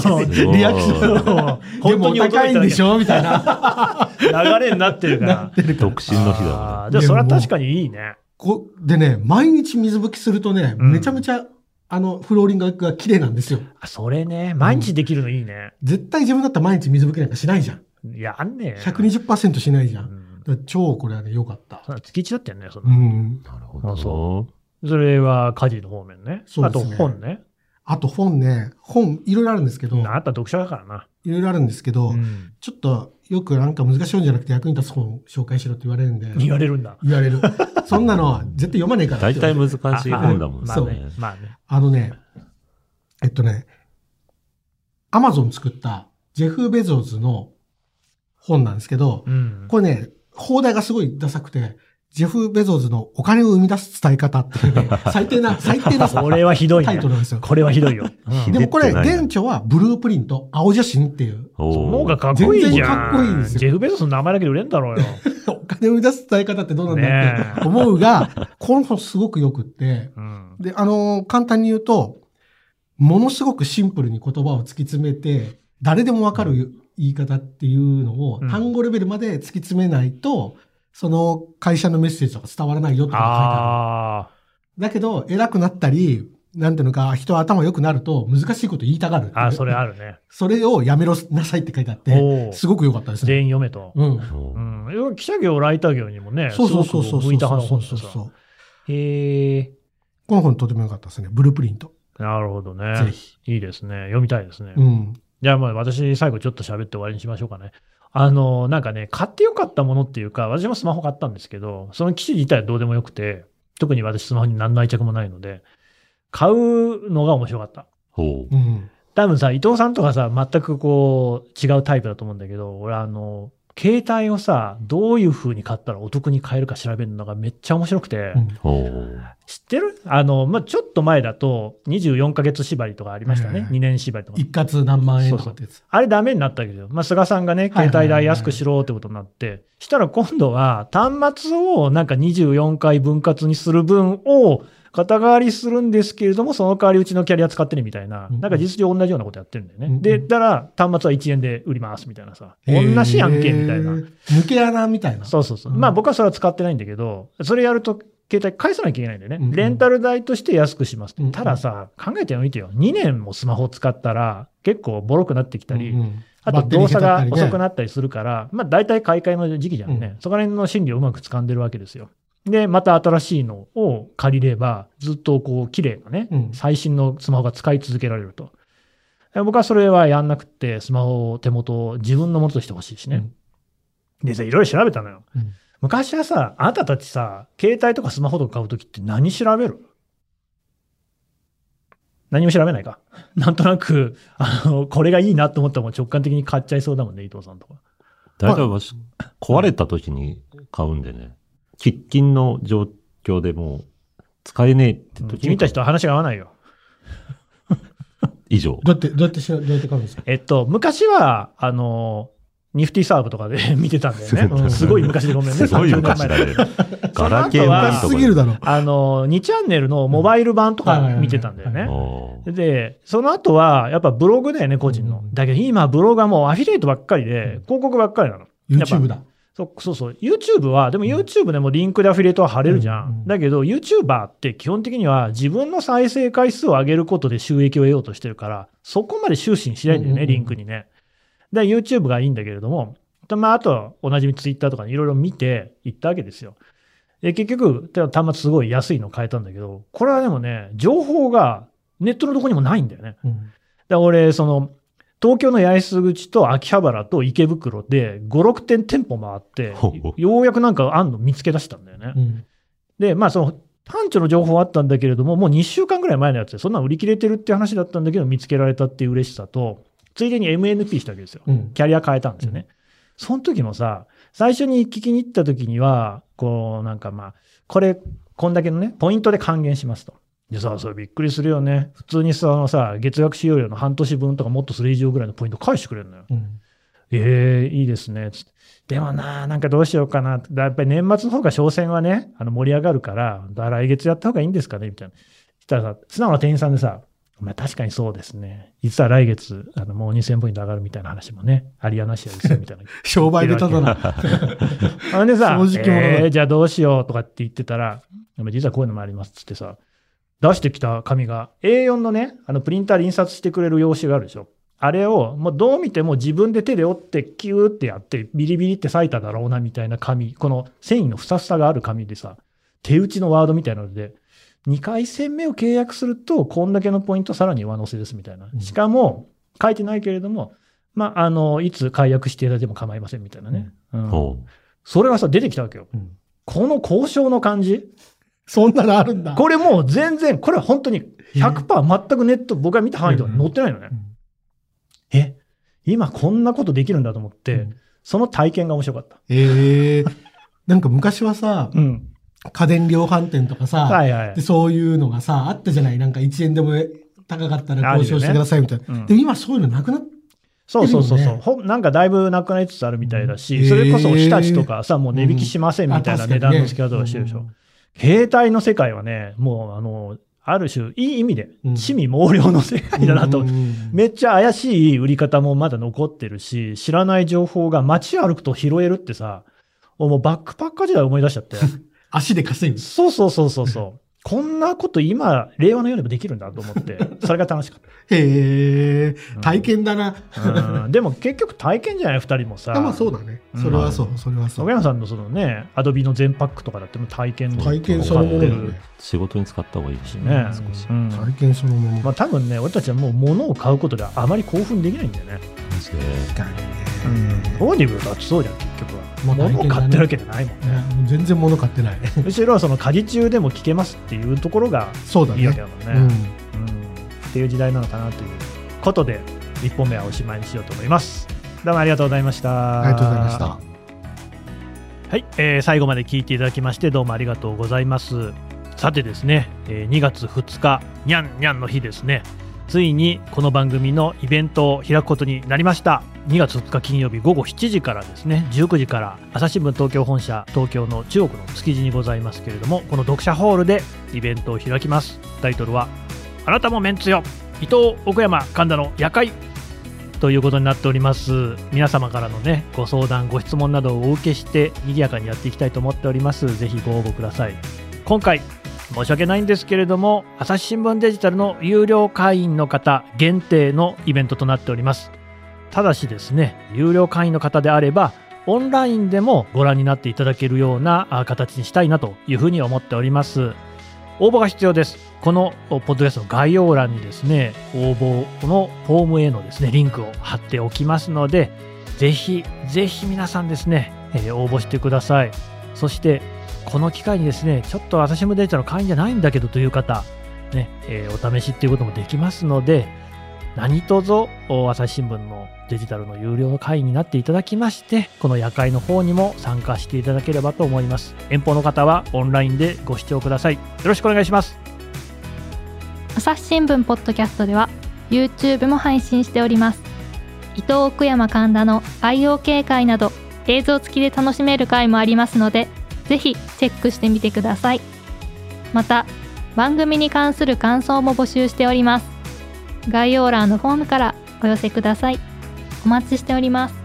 Speaker 2: そう
Speaker 4: す
Speaker 2: *laughs*
Speaker 4: ごい
Speaker 3: リアクション。
Speaker 2: 本
Speaker 3: で
Speaker 2: 当
Speaker 3: も
Speaker 2: に
Speaker 3: 高
Speaker 2: 驚い
Speaker 3: い
Speaker 2: た *laughs* だ
Speaker 3: んで
Speaker 2: け
Speaker 3: しょみたいな。
Speaker 2: 流れになってるから。
Speaker 4: 独身の日だ
Speaker 2: あーじゃあ、それは確かにいいね。
Speaker 3: こでね、毎日水拭きするとね、
Speaker 2: うん
Speaker 3: めちゃめちゃ、あの、フローリングが綺麗なんですよ。
Speaker 2: あそれね、毎日できるのいいね。
Speaker 3: 絶対自分だったら毎日水拭きなんかしないじゃん。
Speaker 2: いや、あんねえ。
Speaker 3: 120%しないじゃ。
Speaker 2: うんん
Speaker 3: だから超これはね、良かった。
Speaker 2: そんな月一だったよね、その
Speaker 3: うん。
Speaker 4: なるほ
Speaker 2: あ
Speaker 4: ど。
Speaker 2: そそれは家事の方面ね。
Speaker 3: そう
Speaker 2: あ
Speaker 3: で
Speaker 2: と
Speaker 3: すね
Speaker 2: 本ね。
Speaker 3: あと本ね、本いろいろあるんですけど、
Speaker 2: あなた読者だからな。
Speaker 3: いろいろあるんですけど、
Speaker 2: うん
Speaker 3: ちょっとよくなんか難しい本じゃなくて役に立つ本を紹介しろって言われるんで、
Speaker 2: 言われるんだ。
Speaker 3: 言わ
Speaker 2: *laughs*
Speaker 3: れる。そんなのは絶対読まねえからって
Speaker 4: 大
Speaker 3: 言われ
Speaker 4: 体
Speaker 3: る
Speaker 4: 難しい本だ
Speaker 2: ま
Speaker 4: もんね
Speaker 2: あ
Speaker 3: そう
Speaker 2: ね。まあね。
Speaker 3: あのね、えっとね、アマゾン作ったジェフ・ベゾーズの本なんですけど、
Speaker 2: うん。
Speaker 3: これね、放題がすごいダサくて、ジェフ・ベゾーズのお金を生み出す伝え方ってい
Speaker 2: *laughs*
Speaker 3: うね、最低な、最低な
Speaker 2: これはひどい
Speaker 3: タイ
Speaker 2: ね
Speaker 3: トル。なんですよ。
Speaker 2: これはひどいよ。うん
Speaker 3: でもこれ、
Speaker 4: ひねってないな
Speaker 3: 現著はブループリント、青写真っていう、
Speaker 4: お
Speaker 2: そ
Speaker 4: ー
Speaker 2: の方がかっこいいじゃん。
Speaker 3: 全然かっこいいですよ
Speaker 2: ジェフ・ベゾスの名前だけで売れんだろうよ。
Speaker 3: お金を生み出す伝え方ってどうなんだっ
Speaker 2: ね
Speaker 3: て思うが、この本すごくよくって、
Speaker 2: うん。
Speaker 3: で、あのー簡単に言うと、ものすごくシンプルに言葉を突き詰めて、誰でもわかる言い方っていうのを
Speaker 2: うん
Speaker 3: 単語レベルまで突き詰めないと、その会社のメッセージとか伝わらないよってことが書いてあ
Speaker 2: あ
Speaker 3: る。だけど、偉くなったり、なんていうのか、人は頭良くなると難しいこと言いたがる。
Speaker 2: あ。あーそれあるね。
Speaker 3: それをやめろなさいって書いてあって、
Speaker 2: おお。
Speaker 3: すごく良かったですね。
Speaker 2: 全員読めと。
Speaker 3: うん。
Speaker 4: お
Speaker 2: う
Speaker 4: ー
Speaker 2: ん。要は記者業、ライター業にもね、
Speaker 3: そうそうそうそう
Speaker 2: すご
Speaker 3: そ
Speaker 2: く向
Speaker 3: う
Speaker 2: いた
Speaker 3: そう
Speaker 2: 話
Speaker 3: そ
Speaker 2: だっ
Speaker 3: う
Speaker 2: た
Speaker 3: そ
Speaker 2: さ。
Speaker 3: う。
Speaker 2: へえ。
Speaker 3: この本とても良かったですね。ブループリント。
Speaker 2: なるほど
Speaker 3: ぜ
Speaker 2: ね。
Speaker 3: ひ。
Speaker 2: いいですね。読みたいですね。
Speaker 3: うん。
Speaker 2: じゃあまあ私最後ちょっと喋って終わりにしましょうかね。あの、なんかね、買ってよかったものっていうか、私もスマホ買ったんですけど、その機種自体はどうでもよくて、特に私スマホに何の愛着もないので、買うのが面白かった。
Speaker 4: おー
Speaker 3: うん。
Speaker 2: 多分さ、伊藤さんとかさ、全くこう、違うタイプだと思うんだけど、俺あの、携帯をさ、どういう風に買ったらお得に買えるか調べるのがめっちゃ面白くて、
Speaker 3: うん
Speaker 4: おー
Speaker 2: 知ってるあの、まあ、ちょっと前だと、24ヶ月縛りとかありました
Speaker 3: はい
Speaker 2: ね。
Speaker 3: はい
Speaker 2: 2年縛りとか。
Speaker 3: 一括何万円とかってやつ。
Speaker 2: あれダメになったわけですよ。まあ、菅さんがね、
Speaker 3: はいはいはい
Speaker 2: 携帯代安くしろってことになって、したら今度は端末をなんか24回分割にする分を肩代わりするんですけれども、その代わりうちのキャリア使ってねみたいな、
Speaker 3: うんうん
Speaker 2: なんか実情同じようなことやってるんだよね。
Speaker 3: うんうん
Speaker 2: で、たら端末は1円で売りますみたいなさ、同じやんけみたいな
Speaker 3: へ。ー。抜け穴みたいな。
Speaker 2: そうそうそう。
Speaker 3: うん
Speaker 2: まあ僕はそれは使ってないんだけど、それやると携帯返さなきゃいけないんだよ
Speaker 3: うんうん
Speaker 2: ね。レンタル代として安くしますって
Speaker 3: うんうん
Speaker 2: たださ、考えてみてよ。2年もスマホ使ったら結構ボロくなってきたり
Speaker 3: うん、うん
Speaker 2: あと動作が遅く
Speaker 3: バッテリー下手ったりね
Speaker 2: なったりするから、まあ大体買い替えの時期じゃんね。そこら辺の心理をうまく掴んでるわけですよ。で、また新しいのを借りれば、ずっとこう綺麗なね、
Speaker 3: うん
Speaker 2: 最新のスマホが使い続けられると。で僕はそれはやんなくって、スマホを手元を自分のものとしてほしいしね。でさ、いろいろ調べたのよ。
Speaker 3: うん
Speaker 2: 昔はさ、あなたたちさ、携帯とかスマホとか買うときって何調べる何も調べないか。 *laughs* なんとなく、あの、これがいいなと思ったらもう直感的に買っちゃいそうだもんね、伊藤さんとか。
Speaker 4: 大体わし壊れた時に買うんでね。喫緊の状況でもう使えねえって時に買う
Speaker 2: 君たちとは話が合わないよ。
Speaker 4: 以上。
Speaker 3: どうやって、どうやってし、どうやって買うんですか
Speaker 2: えっと、昔は、あの、ニフティサーブとかで *laughs* 見てたんだよね。
Speaker 3: うん
Speaker 2: すごい昔でごめんね。
Speaker 4: すごい
Speaker 2: 30年前
Speaker 4: 昔だね。ガラケー
Speaker 2: あ
Speaker 4: はいい
Speaker 3: 高
Speaker 4: と
Speaker 3: す
Speaker 4: こ
Speaker 3: ぎるだろ。
Speaker 2: あの、2チャンネルのモバイル版とか見てたんだよね。
Speaker 4: おー
Speaker 2: で、その後は、やっぱブログだよね、個人の。
Speaker 3: うん
Speaker 2: だけど今、ブログはもうアフィリエイトばっかり
Speaker 3: う
Speaker 2: で
Speaker 3: ん、
Speaker 2: 広告ばっかりなの。
Speaker 3: YouTube だ。
Speaker 2: そうそうそう。YouTube は、でも YouTube でもリンクでアフィリエイトは貼れるじゃん。
Speaker 3: うんうん
Speaker 2: だけど、YouTuber って基本的には自分の再生回数を上げることで収益を得ようとしてるから、そこまで終始しないんだよ
Speaker 3: うんうん
Speaker 2: ね、
Speaker 3: うん
Speaker 2: リンクにね。で、YouTube がいいんだけれども、とまあ、あと、おなじみ Twitter とかにいろいろ見ていったわけですよ。で、結局、で端末すごい安いの変えたんだけど、これはでもね、情報がネットのどこにもないんだよね。
Speaker 3: うん
Speaker 2: だから俺、その、東京の八重洲口と秋葉原と池袋で5、6点店舗回って
Speaker 4: ほうほ、う
Speaker 2: ようやくなんかあんの見つけ出したんだよね。
Speaker 3: うん
Speaker 2: で、まあその、班長の情報はあったんだけれども、もう2週間ぐらい前のやつで、そんなん売り切れてるって話だったんだけど、見つけられたっていう嬉しさと、ついでに MNP したわけですよ。
Speaker 3: うん
Speaker 2: キャリア変えたんですよね。その時もさ、最初に聞きに行った時には、こう、なんかまあ、これ、こんだけのね、ポイントで還元しますと。でさ、それびっくりするよね。普通にさ、あのさ、月額使用料の半年分とかもっとそれ以上ぐらいのポイント返してくれるのよ。
Speaker 3: うん
Speaker 2: ええいいですね。つってでもな、なんかどうしようかな。だやっぱり年末の方が商戦はね、あの盛り上がるから、だ来月やった方がいいんですかねみたいな。したらさ、素直な店員さんでさ、まあ確かにそうですね。実は来月、あのもう2000ポイント上がるみたいな話もね、ありやなしやですよ、みたいな。
Speaker 3: 商売下手だな。
Speaker 2: ほんでさ、
Speaker 3: 正直者だ
Speaker 2: えーじゃあどうしようとかって言ってたら、でも実はこういうのもありますっつってさ、出してきた紙が A4 のね、あのプリンターで印刷してくれる用紙があるでしょ。あれを、もうどう見ても自分で手で折って、キューってやって、ビリビリって裂いただろうなみたいな紙、この繊維のふさふさがある紙でさ、手打ちのワードみたいなので、2回戦目を契約すると、こんだけのポイントさらに上乗せですみたいな
Speaker 3: う。ん
Speaker 2: しかも、書いてないけれども、まあ、あの、いつ解約していただいても構いませんみたいなね。うん
Speaker 4: ほう
Speaker 2: それがさ、出てきたわけよ。
Speaker 3: うん
Speaker 2: この交渉の感じ
Speaker 3: そんなのあるんだ。
Speaker 2: これもう全然、これは本当に100%全くネット、僕が見た範囲では載ってないのね。え、今こんなことできるんだと思って、
Speaker 3: うん
Speaker 2: その体験が面白かった。
Speaker 3: ええなんか昔はさ、
Speaker 2: うん。
Speaker 3: 家電量販店とかさ、
Speaker 2: はいはい
Speaker 3: で。そういうのがさ、あったじゃないなんか1円でも高かったら交渉してくださいみたいな。
Speaker 2: うん
Speaker 3: でも今そういうのなくなっ
Speaker 2: そうそうそう
Speaker 3: で
Speaker 2: そう、
Speaker 3: もね
Speaker 2: ほんなんかだいぶなくなりつつあるみたいだ
Speaker 3: うん
Speaker 2: し、それこそ
Speaker 3: へー
Speaker 2: 日立とかさ、もう値引きしませんみたいな値段の付け方をしてるでしょ。携帯の世界はね、もうあの、ある種、いい意味で、
Speaker 3: うん
Speaker 2: 趣味毛量の世界だなと思ってめ
Speaker 3: っ
Speaker 2: っちゃ怪しい売り方もまだ残ってるし、知らない情報が街歩くと拾えるってさ、もうバックパッカー時代思い出しちゃ
Speaker 3: *laughs*
Speaker 2: って。
Speaker 3: 足で稼ぐ。
Speaker 2: そうそうそうそうそう。こんなこと今、令和の世でもできるんだと思って、それが楽しかっ
Speaker 3: へえ、
Speaker 2: た。
Speaker 3: *laughs* 体験だな。
Speaker 2: うんでも結局体験じゃない、二人もさ。
Speaker 3: まあそうだね。それはそう、それはそ
Speaker 2: 岡
Speaker 3: う。
Speaker 2: 山さんのそのね、アドビの全パックとかだってもう体験
Speaker 3: 体験そのものだよね。
Speaker 4: 仕事に使った方がいいです
Speaker 2: し
Speaker 4: ね。
Speaker 2: ね。
Speaker 3: 少し
Speaker 2: うん
Speaker 3: 体験そのもの。
Speaker 2: まあ多分ね、俺たちはもう物を買うことであまり興奮できないんだよね。
Speaker 4: ですね
Speaker 3: 確かにね
Speaker 2: オーディブルだってそうじゃん、結局は。
Speaker 3: まあ
Speaker 2: 物を買ってるわけじゃないもん
Speaker 3: いや
Speaker 2: ね。
Speaker 3: もう全然物買っ
Speaker 2: *laughs*
Speaker 3: てない。
Speaker 2: むしろその家事中でも聞けますっていうところが
Speaker 3: そうだ
Speaker 2: いいわけ
Speaker 3: ね。
Speaker 2: だもん
Speaker 3: う
Speaker 2: ね。うんっ
Speaker 3: ん。
Speaker 2: ていう時代なのかなということで1本目はおしまいにしようと思います。どうもありがとうございました。
Speaker 3: ありがとうございました。
Speaker 2: はい、えー最後まで聞いていただきましてどうもありがとうございますさてですね、えー2月2日にゃんにゃんの日ですねついにこの番組のイベントを開くことになりました2月2日金曜日午後7時からですね19時から朝日新聞東京本社東京の中国の築地にございますけれどもこの読者ホールでイベントを開きますタイトルは「あなたもメンツよ伊藤奥山神田の夜会」ということになっております皆様からのねご相談ご質問などをお受けして賑やかにやっていきたいと思っておりますぜひご応募ください今回申し訳ないんですけれども朝日新聞デジタルの有料会員の方限定のイベントとなっておりますただしですね有料会員の方であればオンラインでもご覧になっていただけるようなあ形にしたいなというふうに思っております応募が必要です。このポッドキャストの概要欄にですね、応募のフォームへのですね、リンクを貼っておきますので、ぜひ、ぜひ皆さんですね、えー応募してください。そして、この機会にですね、ちょっと私もデータの会員じゃないんだけどという方、ね、えーお試しっていうこともできますので、何卒お朝日新聞のデジタルの有料の会員になっていただきましてこの夜会の方にも参加していただければと思います遠方の方はオンラインでご視聴くださいよろしくお願いします
Speaker 6: 朝日新聞ポッドキャストでは YouTube も配信しております伊藤奥山神田の IOK 会など映像付きで楽しめる回もありますのでぜひチェックしてみてくださいまた番組に関する感想も募集しております概要欄のフォームからお寄せくださいお待ちしております